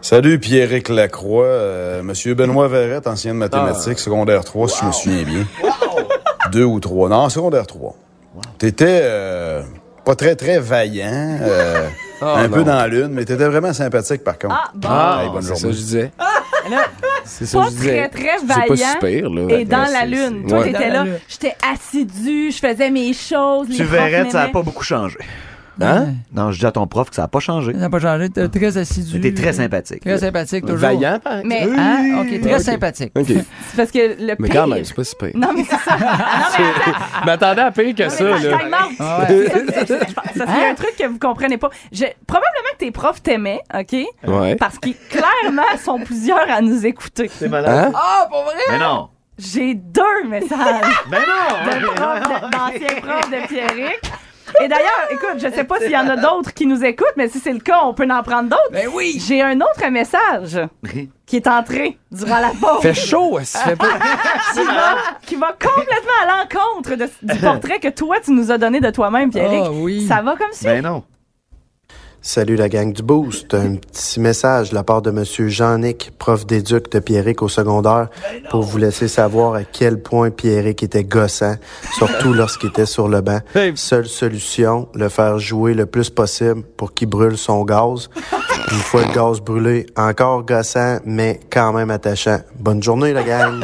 Speaker 10: Salut Pierrick Lacroix, Euh, Monsieur Benoît Verrette, ancien de mathématiques, secondaire 3, si je me souviens bien. Deux ou trois. Non, secondaire 3. T'étais euh, pas très, très vaillant, euh, un peu dans la lune, mais t'étais vraiment sympathique par contre.
Speaker 5: Ah, bon.
Speaker 3: Ah,
Speaker 10: Hey, bonne
Speaker 3: c'est ça que
Speaker 10: journée.
Speaker 3: je disais. C'est ça que
Speaker 5: Ah, pas
Speaker 3: je disais.
Speaker 5: très, très
Speaker 3: C'est pas si
Speaker 5: vaillant.
Speaker 3: pire, là.
Speaker 5: Et dans
Speaker 3: Après,
Speaker 5: la
Speaker 3: c'est-
Speaker 5: lune.
Speaker 3: c'est-
Speaker 5: Toi,
Speaker 3: Ouais.
Speaker 5: t'étais
Speaker 4: Dans la
Speaker 5: là.
Speaker 4: lune.
Speaker 5: J'étais assidue, je faisais mes choses. les
Speaker 6: Tu
Speaker 5: profs
Speaker 6: verrais, ça n'a
Speaker 5: m'aimaient.
Speaker 6: pas beaucoup changé.
Speaker 3: Hein?
Speaker 6: Non, je dis à ton prof que ça n'a pas changé.
Speaker 4: Ça n'a pas changé. T'es très assidu.
Speaker 6: Mais t'es très sympathique.
Speaker 4: Très sympathique, toujours.
Speaker 3: Vaillant, par exemple.
Speaker 5: Mais
Speaker 4: Hein? OK, très
Speaker 3: Ok.
Speaker 4: sympathique.
Speaker 3: OK.
Speaker 5: c'est parce que le
Speaker 3: Mais
Speaker 5: pire-
Speaker 3: quand même, c'est pas si pire.
Speaker 5: Non, mais c'est ça. Non, mais attends.
Speaker 3: Je m'attendais à pire que ça,
Speaker 5: Non, mais ça,
Speaker 3: là.
Speaker 5: time out.
Speaker 4: Ah
Speaker 5: Ça, c'est- je pense- ça, c'est
Speaker 3: Hein?
Speaker 5: un truc que vous comprenez pas. Je- probablement que tes profs t'aimaient, OK?
Speaker 3: Ouais.
Speaker 5: Parce qu'ils, clairement, sont plusieurs à nous écouter.
Speaker 3: Hein?
Speaker 4: Ah, pour vrai?
Speaker 6: Mais Ben non! Ben
Speaker 5: J'ai deux messages.
Speaker 6: Mais
Speaker 5: de prof, de- d'anciens profs de Pierrick. Et d'ailleurs, écoute, je sais pas s'il y en a d'autres qui nous écoutent, mais si c'est le cas, on peut en prendre d'autres.
Speaker 4: Ben oui!
Speaker 5: J'ai un autre message
Speaker 6: non!
Speaker 5: qui est entré durant la pause
Speaker 3: Fait chaud, ça fait pas.
Speaker 5: qui va, qui va complètement à l'encontre de- du portrait que toi, tu nous as donné de toi-même, Pierrick.
Speaker 4: Ah oui.
Speaker 5: Ça va comme suit.
Speaker 6: Mais Ben non!
Speaker 11: Salut la gang du Boost. Un petit message de la part de Monsieur Jean-Nic, prof d'éduc de Pierrick au secondaire, pour vous laisser savoir à quel point Pierrick était gossant, surtout lorsqu'il était sur le banc. Seule solution, le faire jouer le plus possible pour qu'il brûle son gaz. Une fois le gaz brûlé, encore gossant, mais quand même attachant. Bonne journée la gang!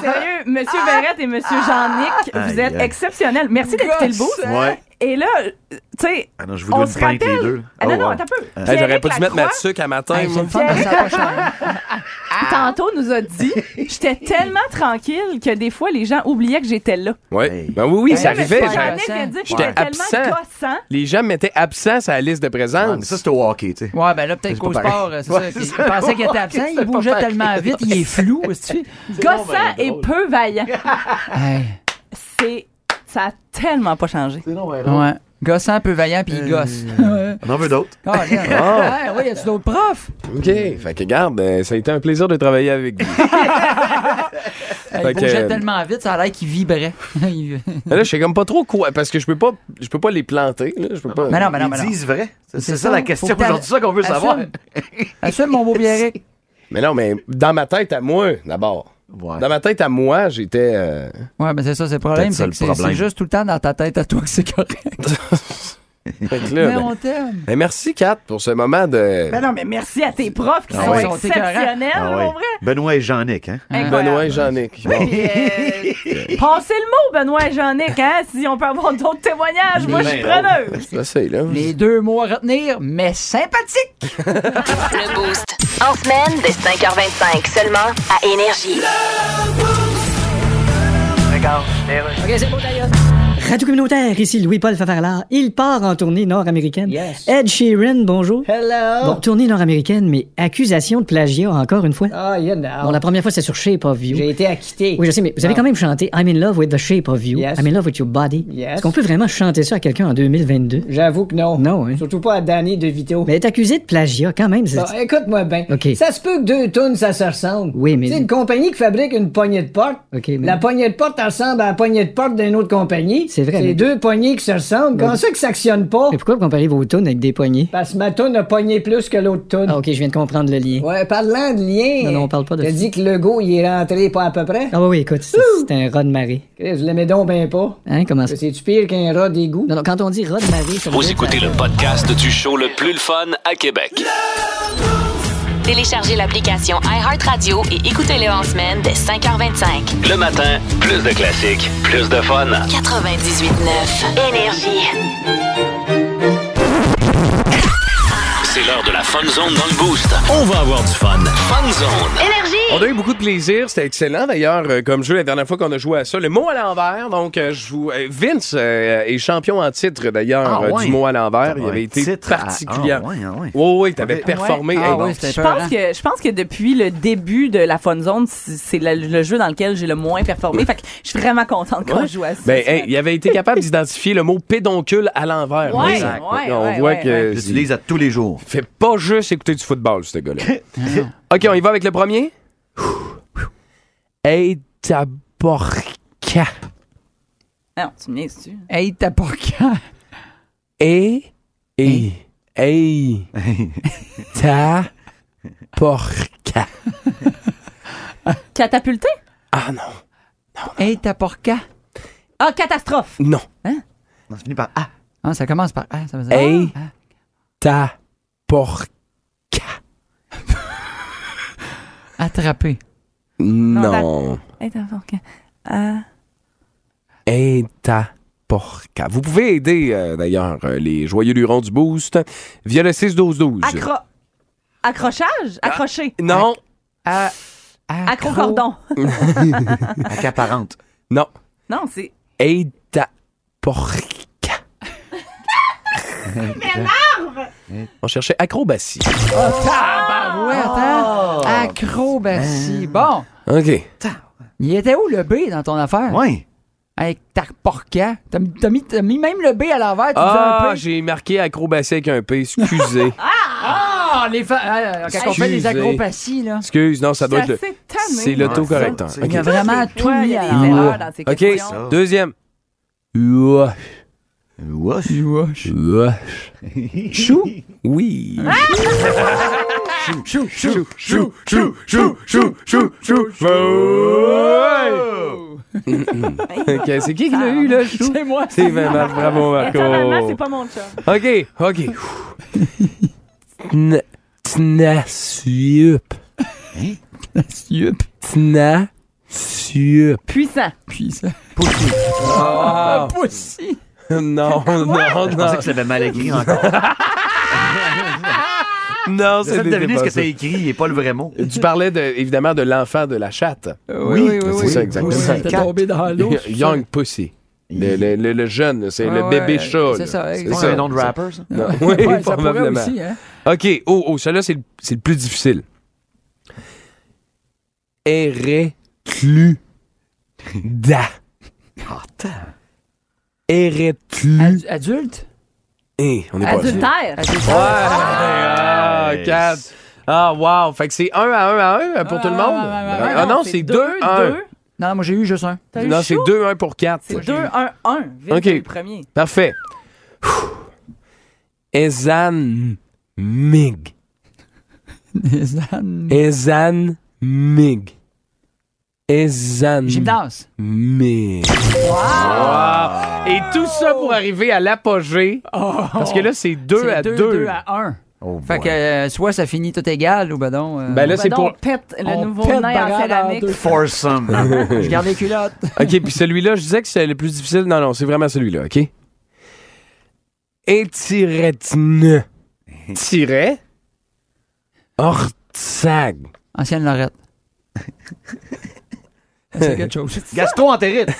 Speaker 5: Sérieux, Monsieur Verrette et Monsieur Jean-Nic, vous
Speaker 6: Aïe,
Speaker 5: êtes
Speaker 6: aïe.
Speaker 5: exceptionnels. Merci d'écouter le boost.
Speaker 6: Ouais.
Speaker 5: Et là, tu sais,
Speaker 6: Ah non, je vous
Speaker 5: on
Speaker 6: donne
Speaker 5: se
Speaker 6: une pinte, les
Speaker 5: rappelle.
Speaker 6: deux.
Speaker 5: Ah non,
Speaker 6: Oh,
Speaker 5: non,
Speaker 6: wow.
Speaker 5: attends un peu.
Speaker 3: Hey, J'aurais
Speaker 5: Pierrick
Speaker 3: pas dû mettre ma
Speaker 5: Lacroix,
Speaker 3: tuque à matin,
Speaker 4: Hey, c'est
Speaker 3: moi.
Speaker 4: le fun, mais ça a pas changé.
Speaker 5: Tantôt nous a dit, j'étais tellement tranquille que des fois les gens oubliaient que j'étais là.
Speaker 3: Ouais.
Speaker 6: Hey.
Speaker 3: Ben oui, oui, ça
Speaker 4: Hey, mais
Speaker 3: arrivait.
Speaker 4: c'est
Speaker 3: genre,
Speaker 4: pas
Speaker 5: Jean-Nic a dit que
Speaker 3: J'étais
Speaker 5: j'étais tellement
Speaker 3: absent.
Speaker 5: gossant.
Speaker 3: Les gens mettaient absent sur la liste de
Speaker 6: Ah, mais
Speaker 3: présence.
Speaker 6: ça, c'est au hockey, tu sais.
Speaker 4: Ouais, ben là, peut-être qu'au
Speaker 6: pas
Speaker 4: sport,
Speaker 6: pareil.
Speaker 4: c'est
Speaker 6: Ouais,
Speaker 4: ça.
Speaker 6: c'est
Speaker 4: qu'il-
Speaker 6: ça.
Speaker 4: Il pensait qu'il était absent, il bougeait tellement vite, il est flou. est-ce que tu-
Speaker 5: Gossant et peu vaillant.
Speaker 4: Hey.
Speaker 5: C'est. Ça a tellement pas changé.
Speaker 4: Ouais. Gossant, peu vaillant, puis il gosse.
Speaker 6: On en veut d'autres.
Speaker 4: Ah, regarde. Hey, ouais, y a-tu d'autres profs?
Speaker 3: OK. Fait que, garde, euh, ça a été un plaisir de travailler avec vous.
Speaker 4: Hey,
Speaker 3: Fait
Speaker 4: il
Speaker 3: que-
Speaker 4: bougeait tellement vite, ça a l'air qu'il vibrait. Il-
Speaker 3: Mais là, je sais comme pas trop quoi, parce que je peux pas, je peux pas les planter, là. Je peux pas.
Speaker 4: mais non, mais non,
Speaker 6: Ils
Speaker 4: mais non.
Speaker 6: disent vrai.
Speaker 4: C'est
Speaker 6: C'est c'est
Speaker 4: ça.
Speaker 6: ça la question
Speaker 4: Faut que
Speaker 6: aujourd'hui, ça qu'on veut
Speaker 4: t'assumes.
Speaker 6: savoir.
Speaker 4: Assume, mon beau Pierrick.
Speaker 3: Mais non, mais dans ma tête à moi, d'abord.
Speaker 6: Ouais.
Speaker 3: Dans ma tête à moi, j'étais. euh,
Speaker 4: Ouais, mais c'est ça, c'est le problème.
Speaker 6: Peut-être ça,
Speaker 4: c'est
Speaker 6: le
Speaker 4: que C'est
Speaker 6: problème.
Speaker 4: c'est juste tout le temps dans ta tête à toi que c'est correct.
Speaker 3: fait que là,
Speaker 4: Mais
Speaker 3: ben-
Speaker 4: on t'aime.
Speaker 3: ben, merci, Kat, pour ce moment de.
Speaker 5: Ben non, mais merci à tes profs qui
Speaker 6: Ah
Speaker 5: sont
Speaker 6: ouais.
Speaker 5: exceptionnels,
Speaker 6: Ah ouais.
Speaker 5: mon vrai.
Speaker 6: Benoît et Jean-Nic, hein?
Speaker 3: Benoît et Jean-Nic. Bon.
Speaker 5: Passez le mot, Benoît et Jean-Nic, hein, si on peut avoir d'autres témoignages. Moi, je suis
Speaker 6: Ben
Speaker 5: preneuse.
Speaker 3: Ça, c'est, là.
Speaker 4: Les deux mots à retenir, mais sympathique.
Speaker 1: Le Boost. En semaine dès 5h25 seulement à Énergie.
Speaker 8: Radio communautaire, ici Louis-Paul Favarlard. Il part en tournée nord-américaine.
Speaker 4: Yes.
Speaker 8: Ed Sheeran, bonjour.
Speaker 4: Hello.
Speaker 8: Bon, tournée nord-américaine, mais accusation de plagiat encore une fois.
Speaker 4: Ah, you know.
Speaker 8: Bon, la première fois, c'est sur Shape of You.
Speaker 4: été acquitté.
Speaker 8: Oui, je sais, mais vous avez
Speaker 4: Bon.
Speaker 8: quand même chanté I'm in love with the shape of you.
Speaker 4: Ah. Yes.
Speaker 8: I'm in love with your body.
Speaker 4: Yes.
Speaker 8: Est-ce qu'on peut vraiment chanter ça à quelqu'un en 2022?
Speaker 4: J'avoue que non.
Speaker 8: Non, hein.
Speaker 4: Surtout pas à Danny DeVito.
Speaker 8: Mais être accusé de plagiat, quand même, c'est.
Speaker 4: Bon, écoute-moi bien.
Speaker 8: OK.
Speaker 4: Ça se peut que deux tonnes, ça se ressemble.
Speaker 8: Oui, mais-
Speaker 4: C'est une compagnie qui fabrique une poignée de porte.
Speaker 8: OK, mais-
Speaker 4: La poignée de porte elle ressemble à la poignée de porte d'une autre compagnie.
Speaker 8: C'est vrai,
Speaker 4: C'est
Speaker 8: mais-
Speaker 4: deux poignées qui se ressemblent. Comment ça que ça actionne pas?
Speaker 8: Mais pourquoi vous comparez vos tunes avec des poignées?
Speaker 4: Parce que ma toune a pogné plus que l'autre toune.
Speaker 8: Ah, ok, je viens de comprendre le lien.
Speaker 4: Ouais, parlant de lien.
Speaker 8: Non, non, on parle pas de
Speaker 4: T'as
Speaker 8: ça.
Speaker 4: dit que Legault, il est rentré pas à peu près.
Speaker 8: Ah, oui, oui, écoute, c'est c'est un rat de marée.
Speaker 4: Chris, je l'aimais donc ben pas.
Speaker 8: Hein, comment ça?
Speaker 4: C'est-tu pire qu'un rat d'égout?
Speaker 8: Non, non, quand on dit rat de marée, ça veut
Speaker 2: Vous
Speaker 8: dire que ça-
Speaker 2: écoutez le podcast du show le plus le fun à Québec.
Speaker 1: Téléchargez l'application iHeartRadio et écoutez-le en semaine dès 5h25.
Speaker 2: Le matin, plus de classiques, plus de fun.
Speaker 1: 98.9 Énergie.
Speaker 2: C'est l'heure de la Fun Zone dans le Boost. On va avoir du fun. Fun Zone.
Speaker 3: On a eu beaucoup de plaisir, c'était excellent d'ailleurs euh, comme jeu la dernière fois qu'on a joué à ça. Le mot à l'envers, donc euh, je vous euh, Vince euh, est champion en titre d'ailleurs
Speaker 6: Ah
Speaker 3: euh,
Speaker 6: ouais.
Speaker 3: du mot à l'envers. Il
Speaker 6: Ah,
Speaker 3: avait
Speaker 6: un
Speaker 3: été
Speaker 6: titre à-
Speaker 3: particulier.
Speaker 6: ah ouais, ah ouais.
Speaker 3: Oui, oui, t'avais
Speaker 6: Ouais.
Speaker 3: performé.
Speaker 4: Ah
Speaker 3: Hey,
Speaker 4: ouais,
Speaker 3: bon.
Speaker 4: c'était
Speaker 5: Je pense, que, je pense que depuis le début de la Fun Zone, c'est c'est le, le jeu dans lequel j'ai le moins performé. Fait que je suis vraiment contente qu'on
Speaker 3: Ouais.
Speaker 5: joue à ça.
Speaker 3: Ben, hey, il avait été capable d'identifier le mot pédoncule à l'envers.
Speaker 5: Ouais,
Speaker 3: Exact.
Speaker 5: ouais,
Speaker 3: on
Speaker 5: ouais,
Speaker 3: voit
Speaker 5: ouais,
Speaker 3: que
Speaker 6: Je l'utilise à tous les jours.
Speaker 3: il fait pas juste écouter du football, ce gars-là. OK, on y va avec le premier. Hey, taborca.
Speaker 5: non, tu me niaises-tu?
Speaker 4: Hey, t'as pas quand?
Speaker 3: Et. Et. Hey. Ta. Porca.
Speaker 5: Catapulté?
Speaker 3: Ah non.
Speaker 4: Hey, t'as pas quand?
Speaker 5: Ah, catastrophe!
Speaker 3: Non.
Speaker 6: On finit par Ah!
Speaker 4: Ah, ça commence par ah, ça veut dire.
Speaker 3: Hey.
Speaker 4: Ah.
Speaker 3: Ta. Porca.
Speaker 4: Attraper.
Speaker 3: Non.
Speaker 5: euh, Hey, t'as- ok. Ah,
Speaker 3: Hey. Ta. Laporca. Vous pouvez aider, euh, d'ailleurs, euh, les joyeux lurons du Boost via le 6-12-12.
Speaker 5: Accro... Accrochage?
Speaker 3: Ah.
Speaker 5: Accroché?
Speaker 3: Non.
Speaker 5: Accro-cordon?
Speaker 6: Accaparante.
Speaker 3: Non.
Speaker 5: Non, c'est...
Speaker 3: Aide ta porca. On cherchait acrobatie.
Speaker 4: Tabarouette, hein? Acrobatie. Bon.
Speaker 3: OK.
Speaker 4: Il était où le B dans ton affaire?
Speaker 6: Oui.
Speaker 4: Avec ta porca. T'as mis, t'as mis- t'as mis même le B à l'envers. Tu disais
Speaker 3: Ah,
Speaker 4: un P.
Speaker 3: j'ai marqué acrobatie avec un P. Excusez.
Speaker 4: Ah, les fa- ah, Quand on fait des
Speaker 3: Excusez.
Speaker 4: acrobaties, là.
Speaker 3: Excuse, non, ça doit être le...
Speaker 5: assez tanné.
Speaker 3: C'est l'autocorrecteur.
Speaker 6: C'est-
Speaker 4: Il y a
Speaker 3: OK.
Speaker 4: vraiment
Speaker 5: Des
Speaker 4: tout
Speaker 5: fois, il
Speaker 4: mis
Speaker 5: y a
Speaker 4: à
Speaker 5: des erreurs dans ces
Speaker 3: OK,
Speaker 5: questions.
Speaker 3: deuxième. Ouah.
Speaker 6: Ouah.
Speaker 3: Ouah. Chou? Oui.
Speaker 6: Ah!
Speaker 4: Chou, chou.
Speaker 6: Chou, chou, chou, chou, chou, chou, Oh!
Speaker 3: OK, c'est qui qui l'a eu, là, chou?
Speaker 4: C'est moi.
Speaker 3: C'est Ben Marc, bravo,
Speaker 5: Étonnamment, c'est
Speaker 3: Marco.
Speaker 5: pas mon chat.
Speaker 3: OK, OK. Tna- Tnasup.
Speaker 4: Yup.
Speaker 3: Tnasup.
Speaker 5: Puissant.
Speaker 4: Puis ça.
Speaker 3: Ah,
Speaker 4: Pussy.
Speaker 3: non,
Speaker 6: Je
Speaker 3: non,
Speaker 6: pensais
Speaker 3: Oh, non.
Speaker 6: que c'était mal écrit encore.
Speaker 3: Non,
Speaker 6: J'essaie
Speaker 3: c'est
Speaker 6: de deviner ce que c'est
Speaker 3: des
Speaker 6: écrit et pas le vrai mot.
Speaker 3: Tu parlais de, évidemment de l'enfant de la chatte.
Speaker 4: Oui, oui, oui.
Speaker 3: c'est ça, exactement.
Speaker 4: Oui, T'es tombé dans l'eau.
Speaker 3: Y- Young Pussy. Le, le- le- le jeune, c'est
Speaker 4: Ah Ouais,
Speaker 3: le bébé
Speaker 4: ouais,
Speaker 3: chat.
Speaker 4: c'est
Speaker 3: là.
Speaker 4: ça,
Speaker 6: C'est
Speaker 4: ça.
Speaker 6: un nom de rapper, ça?
Speaker 3: Non, Oui,
Speaker 4: Ouais, ça pourrait
Speaker 3: probablement.
Speaker 4: aussi, hein.
Speaker 3: OK, oh, oh, celui-là, c'est le, c'est le plus difficile. Ereclu. Da.
Speaker 6: Ah,
Speaker 3: Ereclu.
Speaker 4: Ad- Adulte?
Speaker 3: Eh, on est pas là.
Speaker 5: Adultère.
Speaker 3: Ouais! Ah,
Speaker 6: Nice.
Speaker 3: quatre. Ah, wow! Fait que c'est 1 à 1 à 1 pour tout le
Speaker 4: ouais,
Speaker 3: monde.
Speaker 4: ouais, ouais.
Speaker 3: Ah non, c'est 2 1.
Speaker 4: Non, moi j'ai eu juste un.
Speaker 5: T'as eu
Speaker 3: Non, c'est
Speaker 5: chaud?
Speaker 3: 2 1 pour 4.
Speaker 5: C'est 2-1-1. Vite,
Speaker 3: Ok.
Speaker 5: c'est le premier.
Speaker 3: Parfait. Ouh. Ezan Mig.
Speaker 4: Zan-
Speaker 3: Ezan Mig. Ezan
Speaker 4: Gymnase.
Speaker 3: Mig. Wow. Et tout ça pour arriver à l'apogée. Parce que là, c'est 2
Speaker 4: C'est
Speaker 3: à 2.
Speaker 4: 2 à 1.
Speaker 6: Oh, boy.
Speaker 4: Fait que euh, soit ça finit tout égal ou ben non. euh,
Speaker 3: Ben là,
Speaker 5: Ben
Speaker 3: c'est
Speaker 5: donc,
Speaker 3: pour.
Speaker 5: on pète le
Speaker 4: on
Speaker 5: nouveau
Speaker 4: pète
Speaker 5: nain en
Speaker 4: barade en
Speaker 5: céramique.
Speaker 4: deux.
Speaker 6: Foursome.
Speaker 4: je garde les culottes.
Speaker 3: OK, puis celui-là, je disais que c'est le plus difficile. Non, non, c'est vraiment celui-là, OK? Étiretne. Tiret. Ortsag.
Speaker 4: Ancienne Lorette. C'est quelque chose.
Speaker 6: Gaston en territe.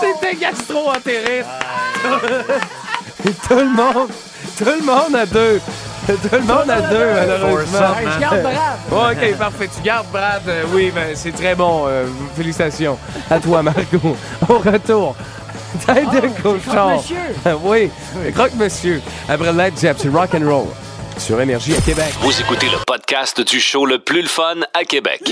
Speaker 3: C'était gastro-entérite. tout le monde, tout le monde à deux. Tout le monde à deux, malheureusement.
Speaker 6: Foursome.
Speaker 4: Je garde brave.
Speaker 3: Ouais, OK, parfait. Tu gardes, Brad. Euh, oui, ben, c'est très bon. Euh, félicitations à toi, Marco. Au retour. Tête de cochon.
Speaker 4: Oh, Monsieur.
Speaker 3: oui, croque-monsieur. Après le live jab, c'est rock and roll sur Énergie à Québec.
Speaker 2: Vous écoutez le podcast du show le plus le fun à Québec.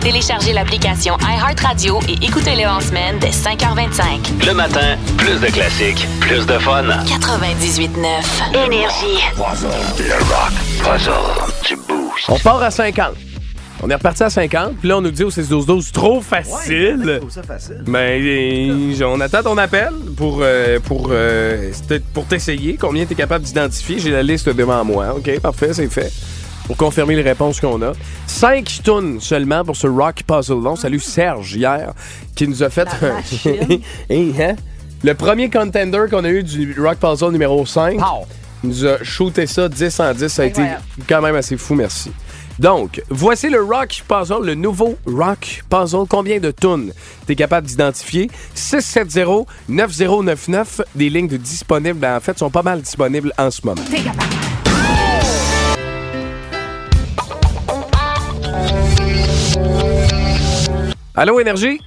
Speaker 1: Téléchargez l'application iHeartRadio et écoutez-le en semaine dès 5h25.
Speaker 2: Le matin, plus de classiques, plus de fun.
Speaker 1: 98.9. Énergie.
Speaker 2: Le rock puzzle du boost.
Speaker 3: On part à 50. On est reparti à 50. Puis là, on nous dit au 6-12-12, trop facile.
Speaker 6: trouve ça facile.
Speaker 3: Ben, euh, on attend ton appel pour, euh, pour, euh, c'était- pour t'essayer. Combien tu es capable d'identifier? J'ai la liste devant moi. OK, parfait, c'est fait. Pour confirmer les réponses qu'on a. Cinq tunes seulement pour ce rock puzzle. On salue Serge hier qui nous a fait un.
Speaker 5: machine.
Speaker 3: Hey, hein? Le premier contender qu'on a eu du rock puzzle numéro 5
Speaker 4: Pow.
Speaker 3: nous a shooté ça 10 en 10. Ça a été
Speaker 5: Incroyable.
Speaker 3: quand même assez fou, merci. Donc, voici le Rock Puzzle, le nouveau Rock Puzzle. Combien de tonnes t'es capable d'identifier? 670-9099. Des lignes de disponibles, ben, en fait, sont pas mal disponibles en ce moment. Allô, Énergie?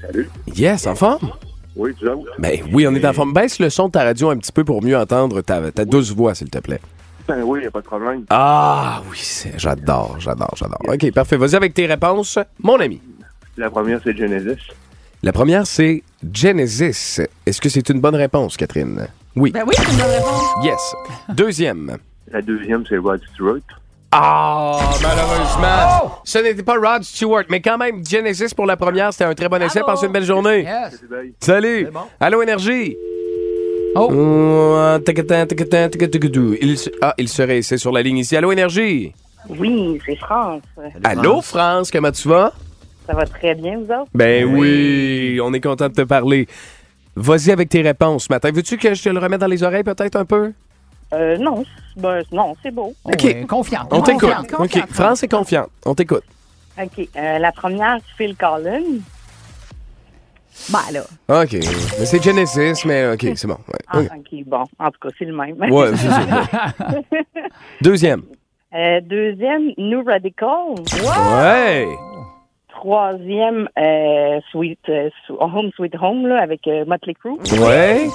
Speaker 3: Salut. Yes, en forme? Oui, tu Ben oui, on est en forme. Baisse le son de ta radio un petit peu pour mieux entendre ta, ta douce voix, s'il te plaît.
Speaker 12: Ben oui, il a pas de problème.
Speaker 3: Ah oui, c'est- j'adore, j'adore, j'adore. OK, parfait. Vas-y avec tes réponses, mon ami.
Speaker 12: La première, c'est Genesis.
Speaker 3: La première, c'est Genesis. Est-ce que c'est une bonne réponse, Catherine? Oui.
Speaker 5: Ben oui, c'est une bonne réponse.
Speaker 3: Yes. Deuxième.
Speaker 12: La deuxième, c'est Rod Stewart.
Speaker 3: Ah, malheureusement. Ce n'était pas Rod Stewart, mais quand même, Genesis pour la première, c'était un très bon essai. Passez une belle journée.
Speaker 4: Yes.
Speaker 3: Salut. Allô, Énergie.
Speaker 4: Oh.
Speaker 3: Oh, tacatin, tacatin, tacaticadou. Il se- Ah, il serait, c'est sur la ligne ici. Allô, Énergie.
Speaker 13: Oui, c'est France.
Speaker 3: Allô, France, comment tu vas?
Speaker 13: Ça va très bien, vous autres?
Speaker 3: Ben oui, on est content de te parler. Vas-y avec tes réponses ce matin. Veux-tu que je te le remette dans les oreilles peut-être un peu?
Speaker 13: Euh, non, c'est- ben, non, c'est beau.
Speaker 4: Oh,
Speaker 3: OK. Ouais,
Speaker 13: Confiante.
Speaker 3: On t'écoute. OK. France est confiante. On t'écoute.
Speaker 13: OK. Euh, la première, Phil Collins. Ben là.
Speaker 3: OK. Mais c'est Genesis, mais OK, c'est bon. ouais.
Speaker 13: Ah,
Speaker 3: OK.
Speaker 13: OK, bon. En tout cas, c'est le même.
Speaker 3: Ouais, c'est ça. Deuxième.
Speaker 13: Euh, deuxième, New Radical.
Speaker 3: Ouais.
Speaker 13: Troisième, euh, Sweet, euh, Su- Home Sweet Home là, avec euh, Motley Crue.
Speaker 3: Ouais.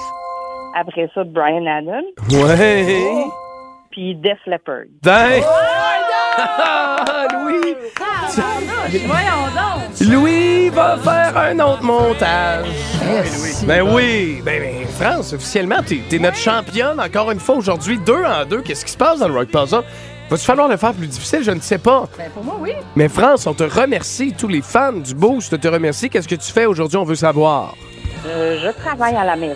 Speaker 13: Après ça, Brian Adams. Oh!
Speaker 3: Ouais.
Speaker 13: Puis Def Leppard.
Speaker 3: Dang.
Speaker 13: Oh Louis!
Speaker 5: Voyons donc!
Speaker 3: Louis va faire un autre montage. Ben oui, ben, ben, France, officiellement, t'es t'es notre championne encore une fois aujourd'hui, deux en deux. Qu'est-ce qui se passe dans le Rock Puzzle? Va-tu falloir le faire plus difficile? Je ne sais pas.
Speaker 5: Ben pour moi, oui.
Speaker 3: Mais France, on te remercie, tous les fans du Boost te remercient. Qu'est-ce que tu fais aujourd'hui? On veut savoir.
Speaker 13: Euh, je travaille à la maison.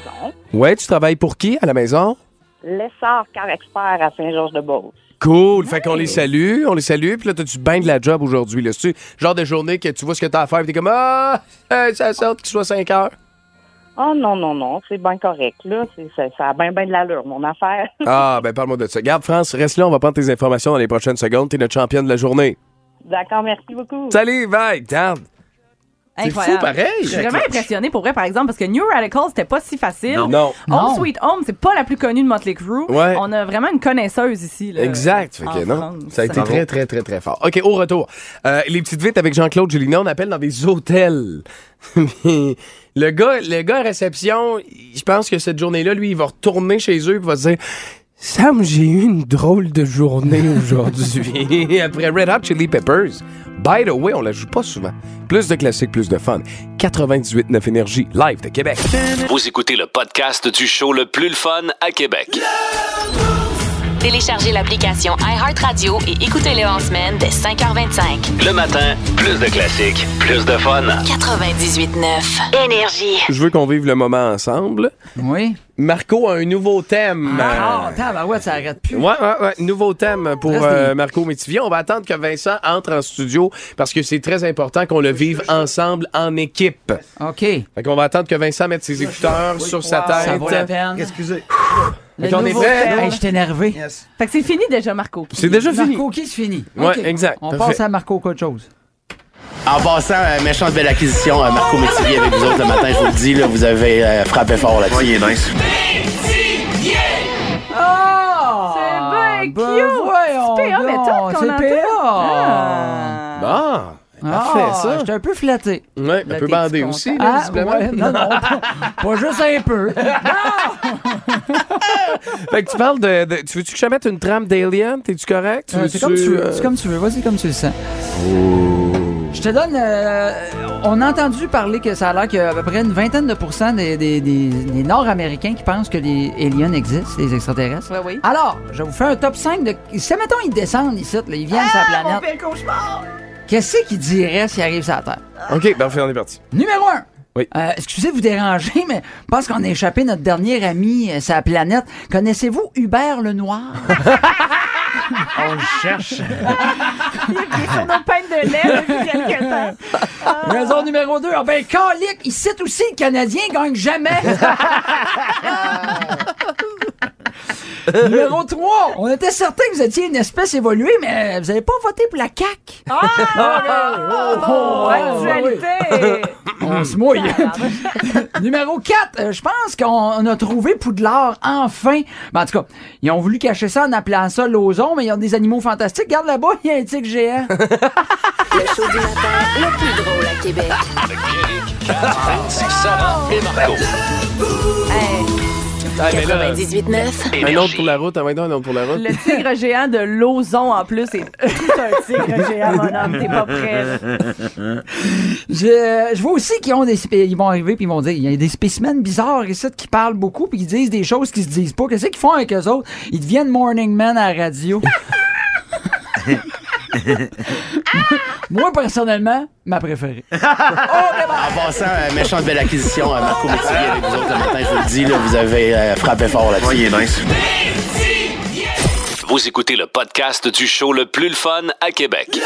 Speaker 3: Ouais, tu travailles pour qui à la maison?
Speaker 13: L'essor car expert à Saint-Georges-de-Beauce.
Speaker 3: Cool, fait qu'on les salue, on les salue, puis là, t'as-tu bien de la job aujourd'hui, là? C'est-tu genre de journée que tu vois ce que t'as à faire, puis t'es comme, ah, euh, ça saute qu'il soit 5 heures?
Speaker 13: Oh non, non, non, c'est bien correct. Là. C'est- Ça, ça a bien, bien de l'allure, mon affaire.
Speaker 3: Ah, ben parle-moi de ça. Garde, France, reste là, on va prendre tes informations dans les prochaines secondes. T'es notre championne de la journée.
Speaker 13: D'accord, merci beaucoup.
Speaker 3: Salut, bye, garde. C'est
Speaker 5: Incroyable.
Speaker 3: fou, pareil.
Speaker 5: Je suis vraiment impressionnée pour vrai, par exemple, parce que New Radicals, c'était pas si facile.
Speaker 3: Non. Non.
Speaker 5: Home
Speaker 3: Non.
Speaker 5: Sweet Home, c'est pas la plus connue de Motley Crue.
Speaker 3: Ouais.
Speaker 5: On a vraiment une connaisseuse ici. Là,
Speaker 3: Exact. Fait
Speaker 5: Euh, en
Speaker 3: que non,
Speaker 5: France.
Speaker 3: ça a été
Speaker 5: Bravo.
Speaker 3: très, très, très, très fort. OK, au retour. Euh, les petites vites avec Jean-Claude Julina, on appelle dans des hôtels. Mais le gars, le gars à réception, il- je pense que cette journée-là, lui, il va retourner chez eux et va se dire Sam, j'ai eu une drôle de journée aujourd'hui. Après Red Hot Chili Peppers. By the way, on la joue pas souvent. Plus de classiques, plus de fun. 98.9 Énergie, live de Québec.
Speaker 2: Vous écoutez le podcast du show le plus le fun à Québec.
Speaker 1: Téléchargez l'application iHeartRadio et écoutez-le en semaine dès 5h25.
Speaker 2: Le matin, plus de classiques, plus de fun.
Speaker 1: 98.9 Énergie.
Speaker 3: Je veux qu'on vive le moment ensemble.
Speaker 4: Oui.
Speaker 3: Marco a un nouveau thème.
Speaker 4: Ah, ah, tabarouette, ça arrête plus.
Speaker 3: Ouais, ouais, ouais. Nouveau thème pour
Speaker 4: Reste
Speaker 3: euh,
Speaker 4: des-
Speaker 3: Marco Métivier. On va attendre que Vincent entre en studio parce que c'est très important qu'on le vive ensemble en équipe.
Speaker 4: OK. Fait
Speaker 3: qu'on va attendre que Vincent mette ses écouteurs sur sa
Speaker 4: Wow,
Speaker 3: tête.
Speaker 4: Ça vaut la peine.
Speaker 6: Excusez.
Speaker 3: Fait qu'on est prêt?
Speaker 4: Hey, je suis énervé.
Speaker 5: Fait que c'est fini déjà, Marco.
Speaker 3: C'est déjà fini.
Speaker 4: Marco qui se finit.
Speaker 3: Ouais,
Speaker 4: OK.
Speaker 3: exact.
Speaker 4: On
Speaker 3: Parfait.
Speaker 4: passe à Marco quelque chose.
Speaker 14: En passant, euh, méchante belle acquisition, euh, Marco Métivier avec vous autres le matin, je vous le dis, là, vous avez euh, frappé fort là-dessus. Oui, il est nice.
Speaker 4: Ah!
Speaker 5: C'est bien
Speaker 4: ben
Speaker 5: cute!
Speaker 4: voyons
Speaker 5: C'est PA
Speaker 4: donc,
Speaker 5: méthode qu'on
Speaker 4: c'est
Speaker 5: entend.
Speaker 4: PA.
Speaker 3: Ah! Parfait, ça.
Speaker 4: J'étais un peu flatté.
Speaker 3: Ouais, un peu bandé aussi, là,
Speaker 4: Ah,
Speaker 3: visiblement.
Speaker 4: ouais, non, non, pas, pas juste un peu.
Speaker 3: Fait que tu parles de. de- tu veux-tu que je te mette une trame d'Alien? T'es-tu correct?
Speaker 4: Euh, c'est comme tu veux. C'est comme tu veux. Vas-y, comme tu le sens.
Speaker 3: Oh.
Speaker 4: Je te donne. euh, on a entendu parler que ça a l'air qu'il y a à peu près une vingtaine de pourcents des, des- des- des Nord-Américains qui pensent que les aliens existent, les extraterrestres. Alors, je vous fais un top 5 de. Si, mettons, ils descendent ici, là, ils viennent de sa
Speaker 5: Ah, mon
Speaker 4: planète.
Speaker 5: pire cauchemar!
Speaker 4: Qu'est-ce qu'ils diraient s'ils arrivent sur la Terre?
Speaker 3: OK, parfait, on est parti.
Speaker 4: Numéro 1.
Speaker 3: Oui.
Speaker 4: excusez de vous déranger, mais je pense qu'on a échappé notre dernier ami euh, sur la planète. Connaissez-vous Hubert le Noir?
Speaker 15: On le cherche.
Speaker 5: Sur nos pains de lait depuis quelques temps.
Speaker 4: Raison numéro 2. Ah ben, calique, ici aussi, le Canadien gagne jamais. numéro 3. On était certain que vous étiez une espèce évoluée, mais euh, vous n'avez pas voté pour la CAQ.
Speaker 5: Actualité!
Speaker 6: Hmm.
Speaker 4: On se mouille. Numéro 4, je pense qu'on on a trouvé Poudlard enfin. Ben, en tout cas, ils ont voulu cacher ça en appelant ça l'ozon, mais ils ont des animaux fantastiques. Regarde là-bas, il y a un tigre géant.
Speaker 1: Le show du matin le plus drôle à Québec.
Speaker 2: Sarah et Marco.
Speaker 3: Ah, mais là-
Speaker 1: 98.9.
Speaker 3: Un autre pour la route, un autre pour la route.
Speaker 5: Le tigre géant de Lauson, en plus, c'est tout un tigre géant, mon homme. T'es pas prêt, là.
Speaker 4: Je, je vois aussi qu'ils ont des spé- ils vont arriver puis ils vont dire il y a des spécimens bizarres ici qui parlent beaucoup puis qui disent des choses qui se disent pas. Qu'est-ce qu'ils font avec eux autres Ils deviennent morning men à la radio. Moi personnellement, ma préférée.
Speaker 14: En passant, euh, méchante belle acquisition, euh, Marco Métivier avec vous autres le matin, je vous le dis, là, vous avez euh, frappé fort là-dessus. Oui, il est nice.
Speaker 2: Vous écoutez le podcast du show le plus le fun à Québec.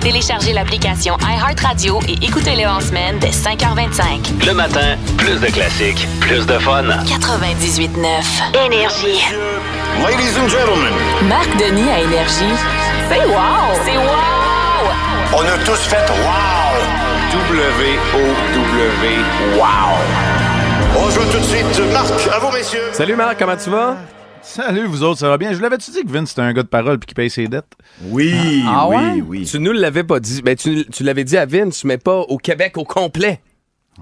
Speaker 1: Téléchargez l'application iHeartRadio et écoutez-le en semaine dès 5h25.
Speaker 2: Le matin, plus de classiques, plus de fun.
Speaker 1: 98.9 Énergie.
Speaker 9: Ladies and gentlemen,
Speaker 1: Marc Denis à Énergie. C'est wow! C'est wow!
Speaker 9: on a tous fait wow! W-O-W, wow! On joue tout de suite, Marc, à vous, messieurs!
Speaker 3: Salut Marc, comment tu vas?
Speaker 16: Salut, vous autres, ça va bien? Je l'avais-tu dit que Vince, c'était un gars de parole puis qui paye ses dettes?
Speaker 6: Oui,
Speaker 16: Ah, ah oui, ouais?
Speaker 3: oui. Tu nous l'avais pas dit. Ben, tu, tu l'avais dit à Vince, mais pas au Québec au complet.